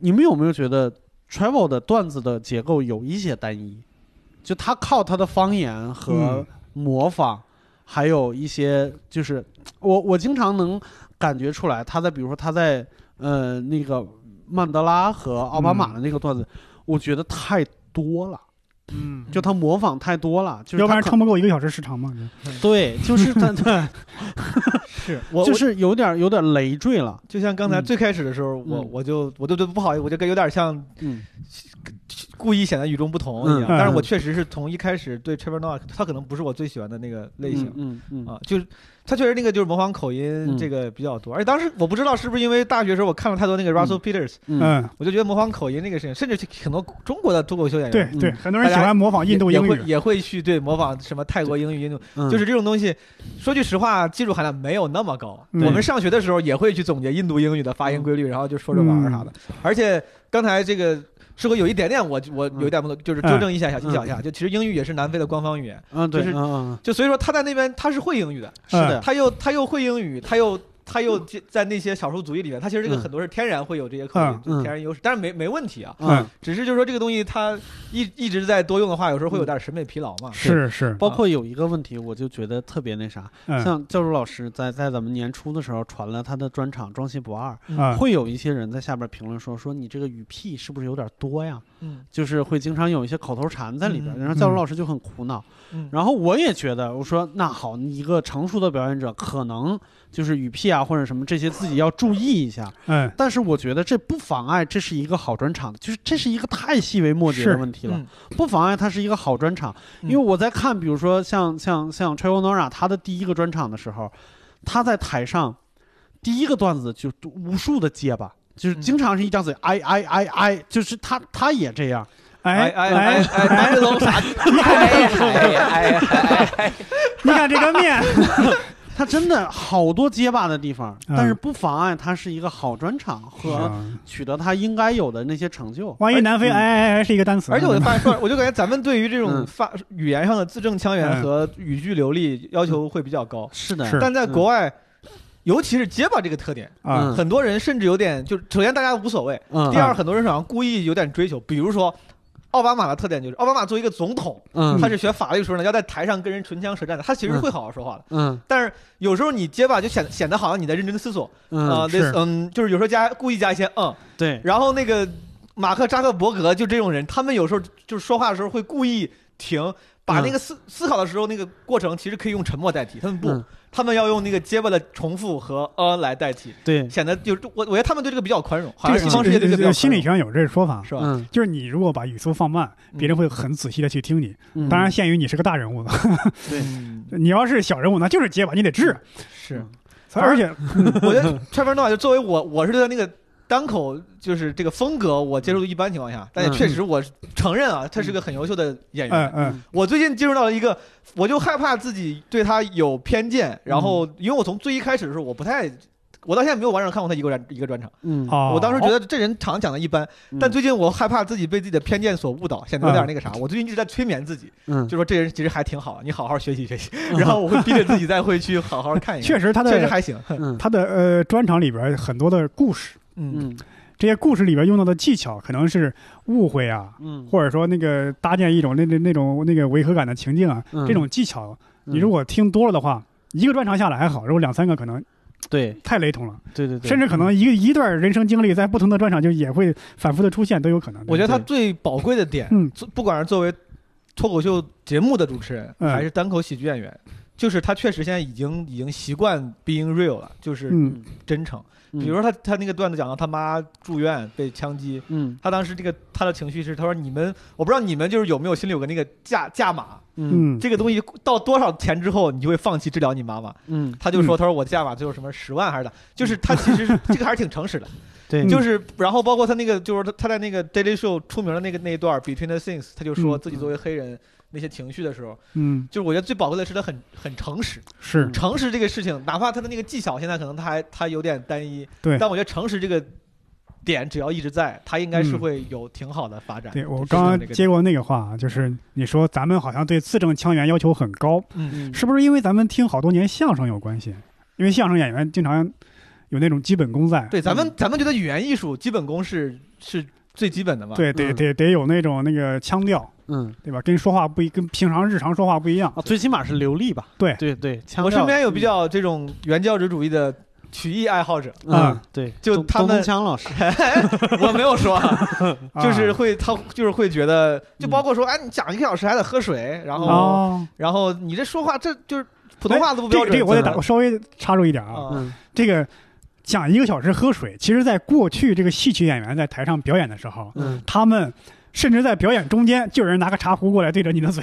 你们有没有觉得 travel 的段子的结构有一些单一？就他靠他的方言和嗯模仿，还有一些就是我我经常能感觉出来，他在比如说他在呃那个曼德拉和奥巴马的那个段子，我觉得太多了，嗯，就他模仿太多了，就是要不他然可嗯撑不够一个小时时长嘛。 对，就是他， 对，是我就我是有点有点累赘了。就像刚才嗯最开始的时候，我嗯我就我就就不好意思，我就跟有点像嗯故意显得与众不同一样。嗯但是嗯我确实是从一开始对 Trevor Noah，他可能不是我最喜欢的那个类型。嗯嗯嗯啊，就是他确实那个就是模仿口音嗯这个比较多，而且当时我不知道是不是因为大学时候我看了太多那个 Russell Peters，、嗯嗯，我就觉得模仿口音这个事情，甚至很多中国的脱口秀演员对嗯对，很多人喜大家欢模仿印度也英也会语，也会去对模仿什么泰国英语、印度，嗯，就是这种东西。说句实话，技术含量没有那么高。嗯我们上学的时候也会去总结印度英语的发音规律，然后就说着玩儿啥的。嗯而且刚才这个是否有一点点我我嗯有一点不能，就是嗯纠正一下小嗯一小啊下，就其实英语也是南非的官方语言，嗯对，就是嗯嗯就所以说他在那边他是会英语的，是的嗯他又他又会英语，他又。他又在那些少数族裔里面，他其实这个嗯很多是天然会有这些口嗯音，就是嗯天然优势，但是没没问题啊。嗯，只是就是说这个东西它一一直在多用的话，有时嗯候会有点审美疲劳嘛。是是，包啊括有一个问题，我就觉得特别那啥，嗯像教主老师在在咱们年初的时候传了他的专场《装戏不二》，嗯啊，会有一些人在下边评论说说你这个语屁是不是有点多呀？嗯就是会经常有一些口头禅在里边，嗯然后教主老师就很苦恼。嗯然后我也觉得，我说那好，你一个成熟的表演者可能就是语屁啊或者什么这些自己要注意一下。嗯但是我觉得这不妨碍这是一个好专场，就是这是一个太细微末节的是嗯问题了，不妨碍它是一个好专场。因为嗯我在看，比如说像像像 t r e v o r Nora 他的第一个专场的时候，他在台上第一个段子就无数的结巴。就是嗯经常是一张嘴，哎哎哎哎，就是他他也这样，哎哎哎哎，白龙啥？哎哎哎 哎哎！你看这个 面，他真的好多结巴的地方，嗯但是不妨碍他是一个好专场和啊取得他应该有的那些成就。万一南非嗯哎哎哎是一个单词呢，而且我就发现，我就感觉咱们对于这种嗯发语言上的字正腔圆嗯和语句流利要求会比较高，是的，是但在国外，尤其是结巴这个特点，啊嗯很多人甚至有点就是，首先大家无所谓，嗯第二很多人好像故意有点追求，比如说。奥巴马的特点就是，奥巴马作为一个总统，嗯他是学法律出身的，要在台上跟人唇枪舌战的，他其实会好好说话的。嗯但是有时候你结巴就显显得好像你在认真思索嗯啊，是类似嗯，就是有时候加故意加一些嗯，对，然后那个马克扎克伯格就这种人，他们有时候就是说话的时候会故意停，把嗯那个思思考的时候那个过程，其实可以用沉默代替。他们不，嗯他们要用那个结巴的重复和呃来代替，对，显得就是我我觉得他们对这个比较宽容，好这个像呃西方世界对这个比较心理宽学上有这说法容，是吧？嗯，就是你如果把语速放慢，嗯别人会很仔细的去听你。嗯当然，，限于你是个大人物了。 嗯你要是小人物，那就是结巴，你得治。是，而且我觉得 Trevor Noah 就作为我，我是对他那个单口就是这个风格，我接触的一般情况下，但也确实我承认啊，他是个很优秀的演员。嗯嗯我最近进入到了一个，我就害怕自己对他有偏见，然后嗯因为我从最一开始的时候，我不太，我到现在没有完整看过他一个专一个专场，嗯，哦，我当时觉得这人常讲的一般，嗯但最近我害怕自己被自己的偏见所误导，显得有嗯点那个啥，我最近一直在催眠自己，嗯，就说这人其实还挺好，你好好学习学习，然后我会逼着自己再会去好好看嗯一看，哦确实他确实的还行，嗯他的呃专场里边很多的故事，嗯嗯这些故事里边用到的技巧可能是误会啊，嗯，或者说那个搭建一种那那那种那个违和感的情境啊，嗯这种技巧，嗯你如果听多了的话，一个专场下来还好，如果两三个可能对太雷同了，对对对，甚至可能一个一段人生经历在不同的专场就也会反复的出现，都有可能。我觉得他对最宝贵的点，哎嗯作不管是作为脱口秀节目的主持人，嗯还是单口喜剧演员，就是他确实现在已经已经习惯 being real 了，就是嗯真诚。嗯比如说他他那个段子讲到他妈住院被枪击，嗯他当时这个他的情绪是他说你们我不知道你们就是有没有心里有个那个价价码，嗯嗯这个东西到多少钱之后你就会放弃治疗你妈妈。嗯，他就说他说我价码最后什么十万还是的，就是他其 实是这个还是挺诚实的。嗯对，就是，然后包括他那个，就是他他在那个 Daily Show 出名的那个那一段 Between the Things，他就说嗯自己作为黑人那些情绪的时候，嗯就是我觉得最宝贵的是他很很诚实，是嗯诚实这个事情，哪怕他的那个技巧现在可能他还他有点单一，对但我觉得诚实这个点只要一直在，他应该是嗯会有挺好的发展。对我是刚刚这个接过那个话啊，就是你说咱们好像对字正腔圆要求很高，嗯是不是因为咱们听好多年相声有关系？因为相声演员经常有那种基本功在，对，咱们咱们觉得语言艺术基本功是是最基本的嘛？，对，得得得有那种那个腔调，嗯对吧？跟说话不一，跟平常日常说话不一样。 啊，最起码是流利吧？对对对，腔我身调边有比较这种原教旨主义的曲艺爱 好者，嗯对，就东他东们东强老师，我没有说啊。啊嗯就是会他就是会觉得，就包括说，哎，你讲一个小时还得喝水，然后、哦，然后你这说话这就是普通话都不这标个准。这个我得怎打，么我稍微插入一点啊，啊嗯这个讲一个小时喝水，其实在过去这个戏曲演员在台上表演的时候，嗯他们甚至在表演中间就有人拿个茶壶过来对着你的嘴，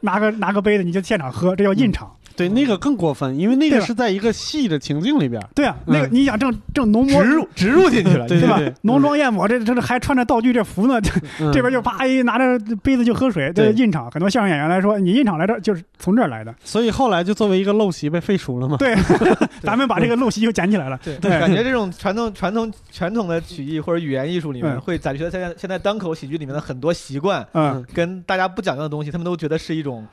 拿个拿个杯子你就现场喝，这叫印场。对，那个更过分，因为那对个吧是在一个戏的情境里边儿，对啊，那个嗯你想正正浓植墨。入植入进去了，对对吧对？浓妆艳抹，这这这还穿着道具这服呢，这 嗯这边就啪一拿着杯子就喝水，这对印场。很多相声演员来说，你印场来这儿就是从这儿来的。嗯所以后来就作为一个陋习被废除了嘛。对， 咱们把这个陋习又捡起来了。对，对感觉这种传统传统传统的曲艺或者语言艺术里面，嗯会感觉现在现在单口喜剧里面的很多习惯嗯，跟大家不讲究的东西，他们都觉得是一种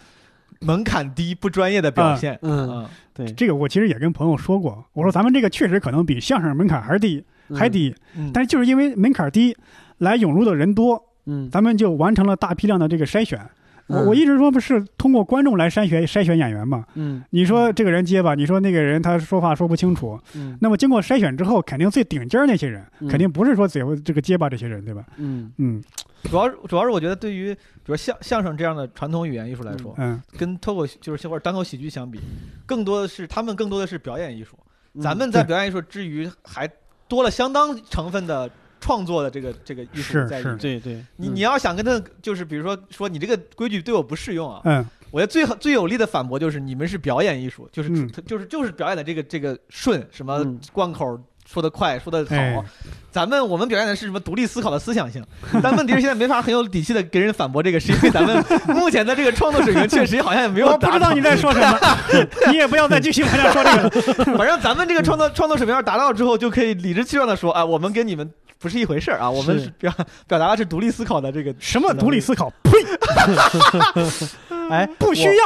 门槛低、不专业的表现。嗯，嗯，对，这个我其实也跟朋友说过，我说咱们这个确实可能比相声门槛还低，还嗯，低，嗯但是就是因为门槛低，来涌入的人多，嗯，咱们就完成了大批量的这个筛选。我嗯我一直说不是通过观众来筛选筛选演员嘛？嗯你说这个人结巴，你说那个人他说话说不清楚，嗯那么经过筛选之后，肯定最顶尖儿那些人，嗯肯定不是说嘴这个结巴这些人，对吧？嗯嗯主要是主要是我觉得对于比如相相声这样的传统语言艺术来说，嗯，跟脱口就是或者单口喜剧相比，更多的是他们更多的是表演艺术。嗯，咱们在对表演艺术之余，还多了相当成分的创作的这个这个艺术是在里是面。对对，你嗯你要想跟他就是比如说说你这个规矩对我不适用啊，嗯，我觉得最好最有力的反驳就是你们是表演艺术，就是、嗯就是就是表演的这个这个顺什么嗯贯口。说得快，说得好，哎咱们我们表演的是什么独立思考的思想性，但问题是现在没法很有底气的给人反驳这个，是因为 咱们目前的这个创作水平确实好像也没有我达不知到。道你在说什么，你也不要再继续往下说这个了。反正咱们这个创作创作水平要达到之后，就可以理直气壮的说啊，我们跟你们不是一回事儿啊，我们是是表表达的是独立思考的这个。什么独立思考？呸！哎，不需要。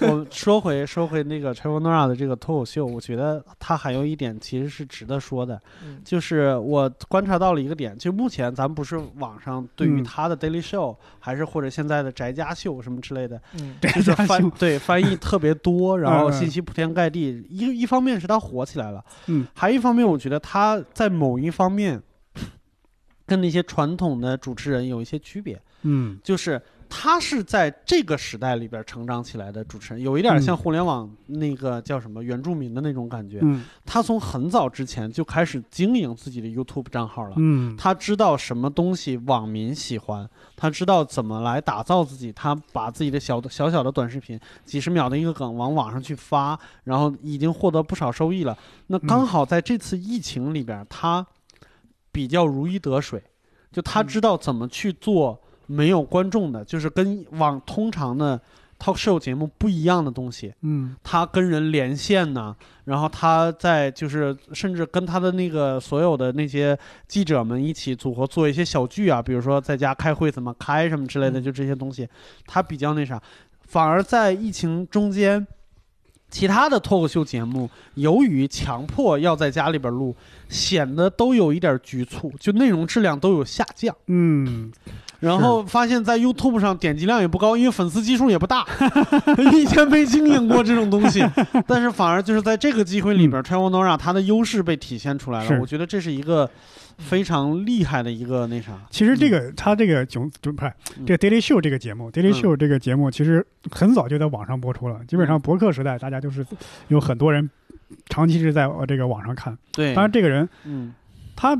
我 说回说回那个 Trevor Noah 的这个脱口秀，我觉得他还有一点其实是值得说的，嗯就是我观察到了一个点，就目前咱们不是网上对于嗯他的 Daily Show，还是或者现在的宅家秀什么之类的，嗯就是家翻秀对翻译特别多，然嗯后嗯信息铺天盖地。一一方面是他火起来了，嗯，还有一方面我觉得他在某一方面跟那些传统的主持人有一些区别，嗯就是他是在这个时代里边成长起来的主持人，有一点像互联网那个叫什么原住民的那种感觉。嗯他从很早之前就开始经营自己的 YouTube 账号了。嗯他知道什么东西网民喜欢，他知道怎么来打造自己。他把自己的小小小的短视频，几十秒的一个梗往网上去发，然后已经获得不少收益了。那刚好在这次疫情里边，他比较如鱼得水，就他知道怎么去做没有观众的，就是跟往通常的 talk show 节目不一样的东西。嗯他跟人连线呐，然后他在就是甚至跟他的那个所有的那些记者们一起组合做一些小剧啊，比如说在家开会怎么开什么之类的，就这些东西，他比较那啥。反而在疫情中间，其他的脱口秀节目由于强迫要在家里边录，显得都有一点局促，就内容质量都有下降。嗯，然后发现，在 YouTube 上点击量也不高，因为粉丝基数也不大， 以前没经营过这种 东西。但是反而就是在这个机会里边 t r a v o Nora 它的优势被体现出来嗯了。是我觉得这是一个非常厉害的一个那啥。其实这个他这个囧就不是嗯这个 Daily Show 这个节目，Daily Show 这个节目其实很早就在网上播出了，基本嗯上博客时代大家就是有很多人长期是在呃这个网上看，对，当然这个人嗯他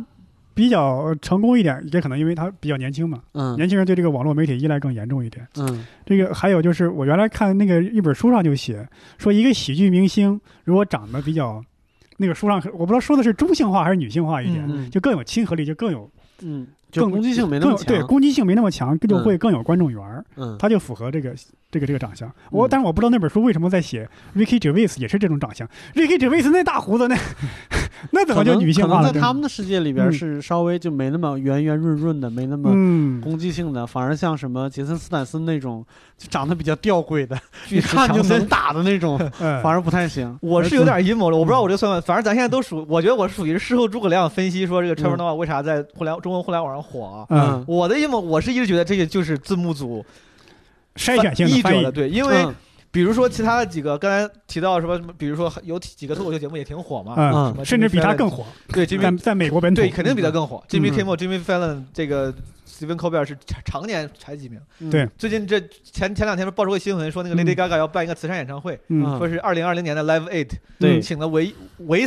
比较成功一点，也可能因为他比较年轻嘛，嗯年轻人对这个网络媒体依赖更严重一点。嗯这个还有就是，我原来看那个一本书上就写说，一个喜剧明星如果长得比较，那个书上我不知道说的是中性化还是女性化一点，嗯就更有亲和力，就更有嗯，就更攻击性没那更么有强。对攻击性没那么强，就会更有观众缘儿，嗯他就符合这个这个这个长相。我但是我不知道那本书为什么在写 Ricky Gervais 也是这种长相，Ricky Gervais 那大胡子那 那怎么可就能女性可化能了？在他们的世界里边嗯是稍微就没那么圆圆润润的，没那么嗯，攻击性的，反而像什么杰森斯坦森那种就长得比较吊诡的，巨一石看就强森能打的那种，嗯反而不太行。我是有点阴谋了，我不知道我这算不算，反正咱现在都属，我觉得我属于事后诸葛亮分析说这个 Trevor Noah 为啥在互联中文互联网上火啊。嗯我的阴谋，我是一直觉得这个就是字幕组筛选性的译者翻的译，嗯对，因嗯为比如说其他的几个刚才提到什么什么，比如说有几个脱口秀节目也挺火嘛，嗯，什么甚至比他 Jimmy 更火， Fallon- 对在 Jimmy 在美国本土对肯定比他更火，Jimmy 嗯 Kimmel、Jimmy Fallon 这个 Stephen Colbert 是常年才几名，嗯对最近这前前两天不是爆出个新闻说那个 Lady 嗯 Gaga 要办一个慈善演唱会，嗯说是二零二零年的 Live Eight，嗯对请了唯 唯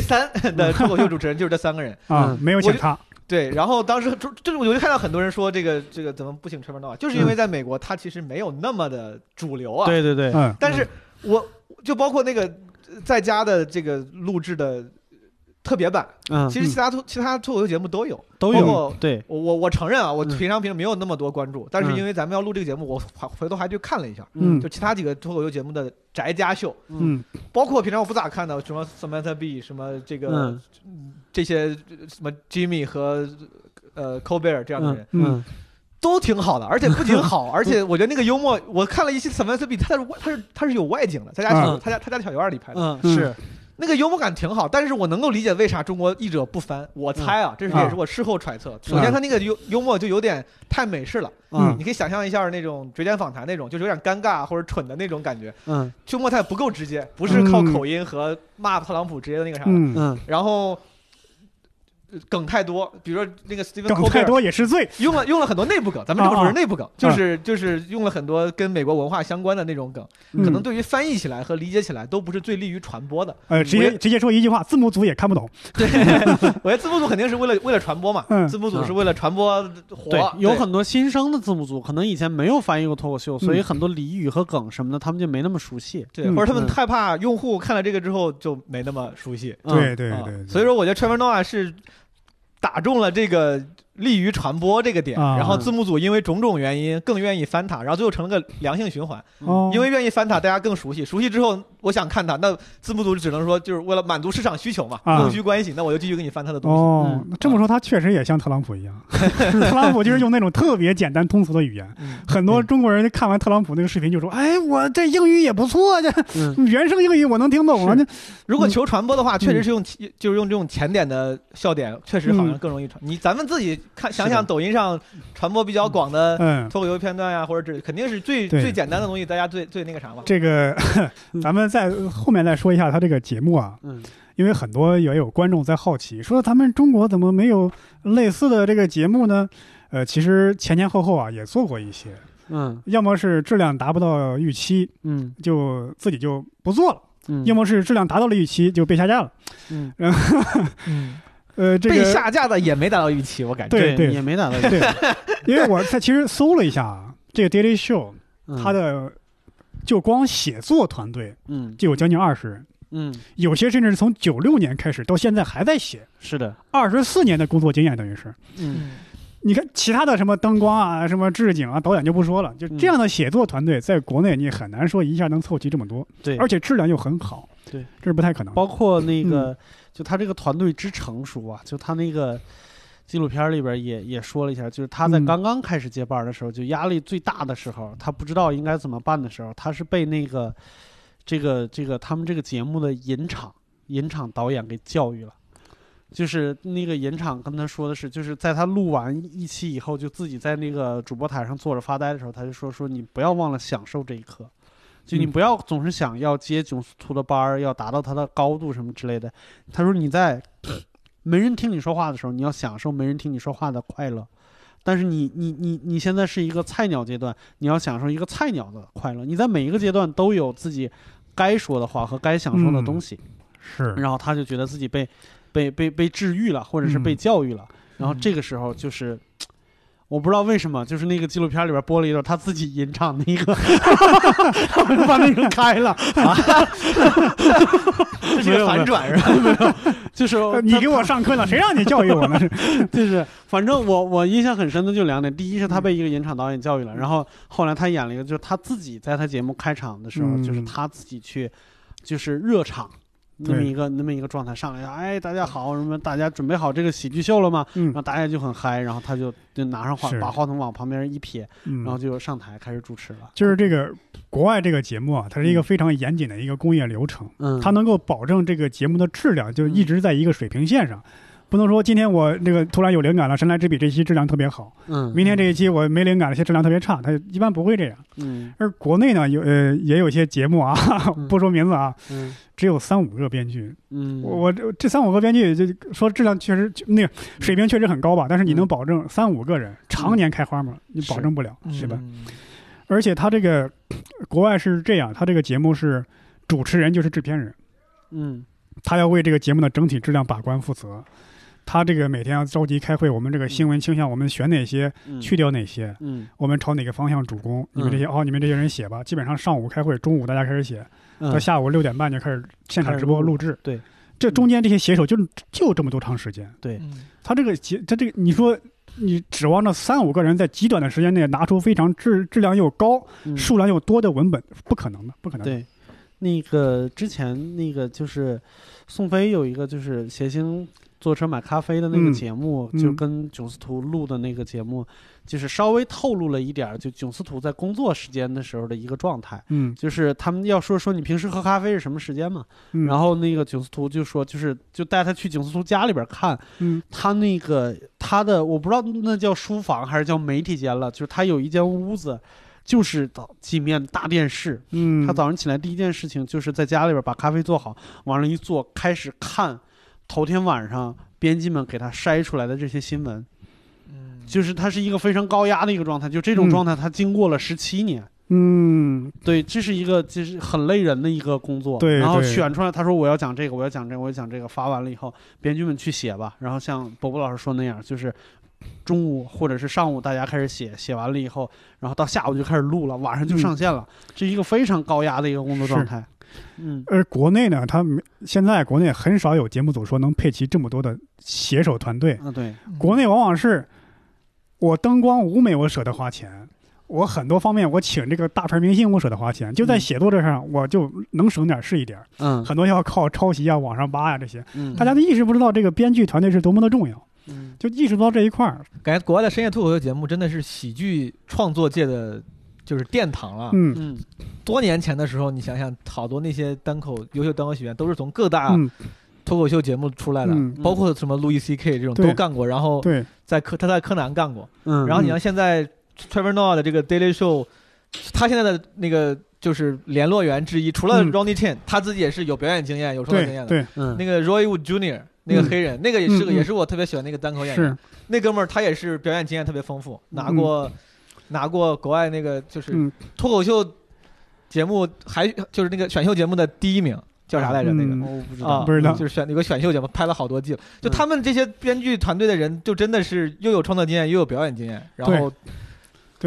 三的脱口秀主持人，就是这三个人。嗯啊，没有我请就他，对，然后当时这这我就看到很多人说这个这个怎么不请 Trevor Noah，就是啊因为在美国他其实没有那么的主流啊。，嗯对对对，嗯但是我就包括那个呃在家的这个录制的特别版，嗯，其实其他脱其他脱口秀节目都有。都包有括对，我我我承认啊，我嗯平常平时没有那么多关注，但是嗯因为咱们要录这个节目，我还回头还去看了一下，嗯就其他几个脱口秀节目的宅家秀，嗯包括平常我不咋看的什么 Samantha Bee，什么这个、嗯这些什么 Jimmy 和呃 Colbert 这样的人、嗯嗯都挺好的，而且不仅 好，而且我觉得那个幽默，我看了一期 Samantha Bee，他是外他是他是有外景的，他家小、嗯他家他家小院儿里拍的。嗯嗯是那个幽默感挺好，但是我能够理解为啥中国译者不翻。我猜啊，这是啊也是我事后揣测。首嗯先，他那个幽幽默就有点太美式了，嗯你可以想象一下那种嘴脸访谈那种，就是有点尴尬或者蠢的那种感觉。嗯秋末菜不够直接，不是靠口音和骂特朗普直接的那个啥的。嗯，嗯然后呃梗太多，比如说那个 Steven 梗太 Colbert 多也是罪，用了用了很多内部梗，咱们这个啊啊不是内部梗，就是就是用了很多跟美国文化相关的那种梗，可可嗯能对于翻译起来和理解起来都不是最利于传 播的。呃直接直接说一句话，字幕组也看不懂，对， 我觉得字幕组肯定是为了为了传播嘛，嗯字幕组是为了传播火，对，有对很多新生的字幕组，可能以前没有翻译过脱口秀，所以很多俚语和梗什么的，他们就没那么熟悉。对，嗯或者他们嗯害怕用户看了这个之后就没那么熟悉。嗯对对啊对，所以说我觉得 Trevor Noah 是打中了这个利于传播这个点，啊然后字幕组因为种种原因更愿意翻它，然后最后成了个良性循环，哦，因为愿意翻它，大家更熟悉，熟悉之后我想看它，那字幕组只能说就是为了满足市场需求嘛，啊供需关系，那我就继续给你翻它的东西。哦嗯，那这么说他确实也像特朗普一 样，特朗普就是用那种特别简单通俗的语言。嗯很多中国人看完特朗普那个视频就说：“哎，我这英语也不错，这 嗯原声英语我能听懂啊。是这如果求传播的话，确嗯实是用起就是用这种浅点的笑点，确实好像更容易传。你咱们自己看想想，抖音上传播比较广”的嗯，脱口秀片段呀，或者这肯定是最对最简单的东西，大家最最那个啥嘛。这个 咱们在后面再说一下他这个节目啊，嗯因为很多也有观众在好奇，说咱们中国怎么没有类似的这个节目呢？呃，其实前前后后啊也做过一些，嗯要么是质量达不到预期，嗯就自己就不做了；嗯，要么是质量达到了预期，就被下架了。嗯嗯，呃，这被个下架的也没达到预期，我感觉。对对也没打到对，因为我在其实搜了一下啊，这个 Daily Show 嗯它的就光写作团队嗯就有将近二十人，嗯有些甚至是从九六年开始到现在还在写，是的，二十四年的工作经验等于是。嗯嗯你看其他的什么灯光啊、什么置景啊、导演就不说了，就嗯这样的写作团队，在国内你很难说一下能凑齐这么多，对，而且质量又很好，对，这是不太可能的。包括那个，就他这个团队之成熟啊，就他那个纪录片里边也也说了一下，就是他在嗯刚刚开始接班的时候，就压力最大的时候，他不知道应该怎么办的时候，他是被那个这个这个他们这个节目的引场引场导演给教育了。就是那个引场跟他说的是，就是在他录完一期以后，就自己在那个主播台上坐着发呆的时候，他就说说你不要忘了享受这一刻，就你嗯不要总是想要接囧途的班儿，要达到他的高度什么之类的。他说你在没人听你说话的时候，你要享受没人听你说话的快乐。但是你你你你现在是一个菜鸟阶段，你要享受一个菜鸟的快乐。你在每一个阶段都有自己该说的话和该享受的东西。嗯是，然后他就觉得自己被被被被治愈了，或者是被嗯教育了。然后嗯这个时候就是。我不知道为什么，就是那个纪录片里边播了一段他自己吟唱的一 个，我就把那个开了，啊 这是一个反转是吧？就是呃你他给我上课呢，谁让你教育我 呢？是就是，反正我我印象很深的就两点，第一是嗯他被一个演场导演教育了，然后后来他演了一个，就是他自己在他节目开场的时候，嗯就是他自己去，就是热场。那么对一个那么一个状态上来，哎，大家好，什么大家准备好这个喜剧秀了吗？嗯然后大家就很嗨，然后他就就拿上话，是把话筒往旁边一撇，嗯然后就上台开始主持了。就是这个国外这个节目啊，它是一嗯个非常严谨的一个工业流程，嗯，它能够保证这个节目的质量就一直在一个水平线上。不能说今天我这个突然有灵感了，神来之笔这期质量特别好，嗯明天这一期我没灵感了，这质量特别差，它一般不会这样。嗯而国内呢，有呃也有一些节目啊，嗯不说名字啊，嗯只有三五个编剧。嗯，我我这这三五个编剧就说质量确实就那个水平确实很高吧，但是你嗯能保证三五个人常年开花吗？你保证不了，是对吧？嗯而且他这个国外是这样，他这个节目是主持人就是制片人，嗯他要为这个节目的整体质量把关负责。他这个每天要召集开会，我们这个新闻倾向，我们选哪些，嗯去掉哪些，嗯我们朝哪个方向主攻？你们这些哦，你们这些人写吧。基本上上午开会，中午大家开始写，嗯到下午六点半就开始现场直播录制。对，这中间这些写手就就这么多长时间。嗯他这个节，他这个你说你指望着三五个人在极短的时间内拿出非常质质量又高、嗯数量又多的文本，不可能的，不可能的。对，那个之前那个就是宋飞有一个就是谐星坐车买咖啡的那个嗯节目，就嗯跟囧司图录的那个节目，就是稍微透露了一点儿，就囧司图在工作时间的时候的一个状态。嗯，就是他们要说说你平时喝咖啡是什么时间嘛？嗯然后那个囧司图就说，就是就带他去囧司图家里边看，嗯他那个他的我不知道那叫书房还是叫媒体间了，就是他有一间屋子，就是几面大电视，嗯，他早上起来第一件事情就是在家里边把咖啡做好，往上一坐，开始看头天晚上编辑们给他筛出来的这些新闻，嗯就是他是一个非常高压的一个状态，就这种嗯状态他经过了十七年，嗯对，这是一个就是很累人的一个工作。对然后对选出来，他说我要讲这个，我要讲这个，我要讲这个，发完了以后，编剧们去写吧。然后像伯伯老师说那样，就是。中午或者是上午，大家开始写，写完了以后，然后到下午就开始录了，晚上就上线了。这一个非常高压的一个工作状是态。嗯，而国内呢，他没现在国内很少有节目组说能配齐这么多的写手团队，啊，对，国嗯内往往是我灯光舞美我舍得花钱，我很多方面我请这个大牌明星我舍得花钱，就在嗯写作这上我就能省点儿是一点儿，嗯很多要靠抄袭啊、往上扒呀、这些，嗯，大家都意识不知道这个编剧团队是多么的重要，嗯就意识不到这一块儿。感觉国外的深夜脱口秀节目真的是喜剧创作界的就是殿堂了。嗯嗯多年前的时候，你想想，好多那些单口优秀单口喜剧演员都是从各大嗯，脱口秀节目出来的，嗯包括什么路易 C K 这种对都干过，然后对，在柯他在柯南干过，嗯，然后你像现在 Trevor Noah 的这个 Daily Show，他现在的那个就是联络员之一，除了嗯 Ronnie Chen，他自己也是有表演经验、有创作经验对的。对嗯那个 Roy Wood Jr. 那个嗯黑人，那个也是个，嗯嗯啊也是我特别喜欢那个单口演员是。，那哥们儿他也是表演经验特别丰富，拿过拿过国外那个就是嗯，脱口秀节目还就是那个选秀节目的第一名，叫啥来着？那个嗯哦我不知啊，道，不知道就是选有个选秀节目，拍了好多季了。就嗯他们这些编剧团队的人，就真的是又有创作经验，又有表演经验，然后对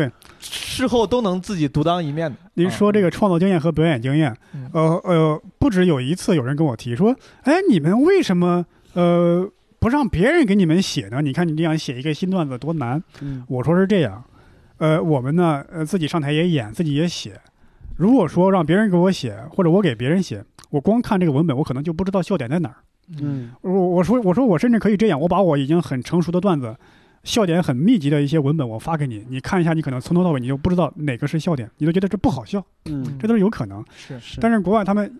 对事后都能自己独当一面的。啊您说这个创作经验和表演经验嗯，呃呃，不止有一次有人跟我提说，哎，你们为什么呃不让别人给你们写呢？你看你这样写一个新段子多难。嗯我说是这样，呃，我们呢，呃，自己上台也演，自己也写。如果说让别人给我写，或者我给别人写，我光看这个文本，我可能就不知道笑点在哪儿。嗯我我说我说我甚至可以这样，我把我已经很成熟的段子，笑点很密集的一些文本，我发给你，你看一下，你可能从头到尾你就不知道哪个是笑点，你都觉得这不好笑，嗯这都是有可能。是是，但是国外他们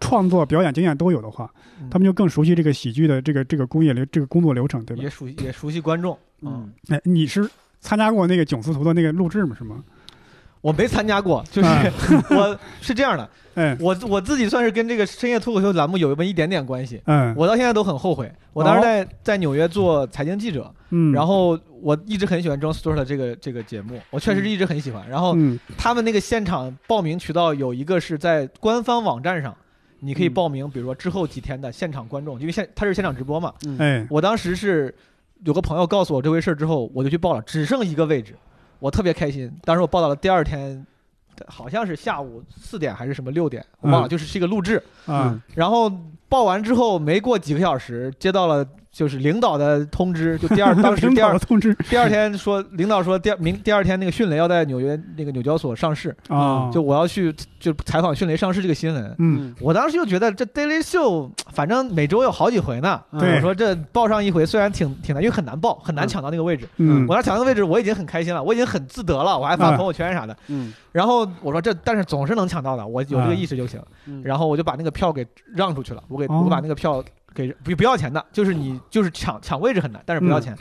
创作、表演经验都有的话嗯，他们就更熟悉这个喜剧的这个这个工业流、这个工作流程，对吧也？熟悉也熟悉观众。啊嗯哎，你是参加过那个囧司图的那个录制吗？是吗？我没参加过，就是、啊 我是这样的，哎，我我自己算是跟这个深夜脱口秀栏目有那么一点点关系。嗯，哦我到现在都很后悔，我当时在、在纽约做财经记者，嗯，然后我一直很喜欢 John Stewart 的这个这个节目，我确实是一直很喜欢。然后嗯他们那个现场报名渠道有一个是在官方网站上，你可以嗯报名，比如说之后几天的现场观众，因为现他是现场直播嘛。哎，我当时是有个朋友告诉我这回事儿之后，我就去报了，只剩一个位置，我特别开心。当时我报到了第二天，好像是下午四点还是什么六点，我忘了，嗯就是是一个录制。啊，然后报完之后，没过几个小时，接到了就是领导的通知，就 第二当时领第导二的通知第二天说，领导说第二明第二天那个迅雷要在纽约那个纽交所上市，啊，嗯就我要去就采访迅雷上市这个新闻。嗯我当时就觉得这 Daily Show 反正每周有好几回呢，嗯对我说这报上一回虽然挺挺难，因为很难报，很难嗯抢到那个位置。嗯，我要抢到那个位置，我已经很开心了，我已经很自得了，我还发朋友圈啥的。嗯然后我说这，但是总是能抢到的，我有这个意识就行。嗯然后我就把那个票给让出去了，我给、哦我把那个票给不不要钱的，就是你就是抢抢位置很难，但是不要钱。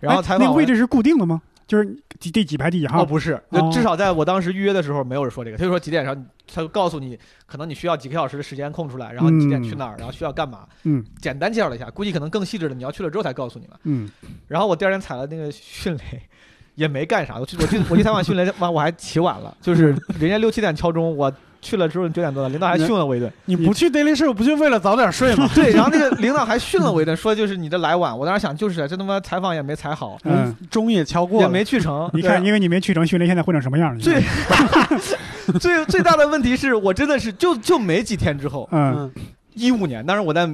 然后嗯哎采访那个完位置是固定的吗？就是第第几排第几哦号？不是，哦就至少在我当时预约的时候没有人说这个，他就说几点上，他就告诉你可能你需要几个小时的时间空出来，然后你几点去哪儿，然后需要干嘛，嗯简单介绍了一下，估计可能更细致的你要去了之后才告诉你们。嗯然后我第二天踩了那个迅雷，也没干啥。我去，我去，我去采访迅雷，完我还起晚了，就是人家六七点敲钟，我去了之后九点多了，领导还训了我一顿。你不去 Daily Show 不就为了早点睡吗？对，然后那个领导还训了我一顿，说就是你这来晚。我当时想，就是啊这他妈采访也没采好，嗯，钟也敲过也了，没去成。你看，因为你没去成，训练现在混成什么样了？最最最大的问题是我真的是就就没几天之后，嗯嗯一五年，当时我在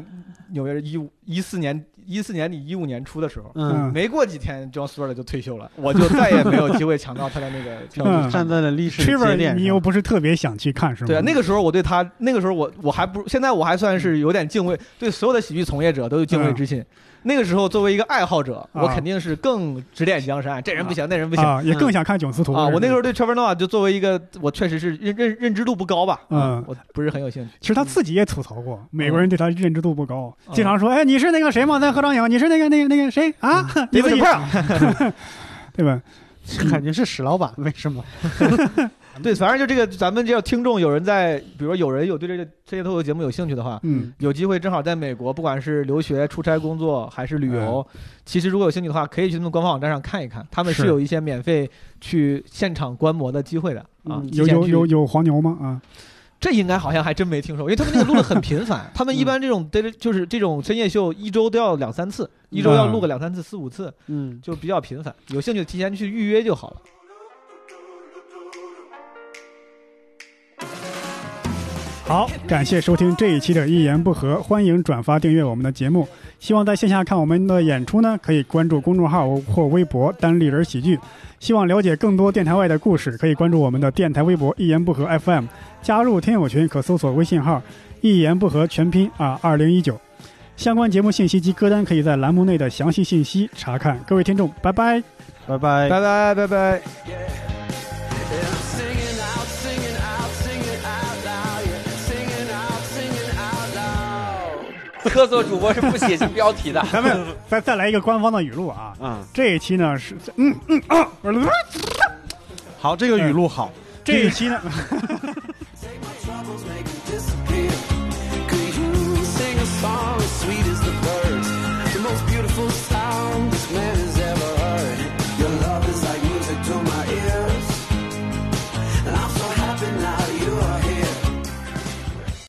纽约一五一四年一四年底一五年初的时候。嗯，嗯，没过几天，John Stewart 就退休了，我就再也没有机会抢到他 的那个票。嗯站在了历史的节 Trevor，点你又上，不是特别想去看是吗？对啊，那个时候我对他，那个时候我我还不，现在我还算是有点敬畏，对所有的喜剧从业者都有敬畏之嗯心。那个时候作为一个爱好者，我啊肯定是更指点江山，这人不行，那人不行啊啊，也更想看囧司图我那个时候，候对 Trevor Noah 就作为一个，我确实是认认认知度不高吧，嗯，我不是很有兴趣。其实他自己也吐槽过，美国人对他认知度不高，嗯经常说：“哎，你是那个谁吗？咱合张影，你是那个那个那个谁啊？嗯 你自己块，对吧？感觉是史老板，为什么？ 对，反正就这个，咱们这个听众有人在，比如说有人有对这个这些脱口秀节目有兴趣的话，嗯有机会正好在美国，不管是留学、出差、工作还是旅游，其实如果有兴趣的话，可以去他们官方网站上看一看，他们是嗯是有一些免费去现场观摩的机会的啊嗯。有提前有去有，有黄牛吗？啊，这应该好像还真没听说，因为他们那个录的很 频繁，他嗯们一般这种 daily 就是这种深夜秀一周都要两三次，嗯一周要录个两三次、四五次，嗯，就比较频繁。有兴趣提前去预约就好了。好，感谢收听这一期的《一言不合》，欢迎转发订阅我们的节目。希望在线下看我们的演出呢，可以关注公众号或微博“单立人喜剧”。希望了解更多电台外的故事，可以关注我们的电台微博“一言不合 FM”，加入听友群可搜索微信号“一言不合全拼啊二零一九”。相关节目信息及歌单可以在栏目内的详细信息查看。各位听众，拜拜。拜拜拜拜拜拜。 Singing out, singing out, singing out loud, yeah. Singing out, singing out loud. 科索主播是不写进标题的。咱们再再来一个官方的语录啊！嗯，这一期呢是嗯嗯啊，好，这个语录好。这一期呢。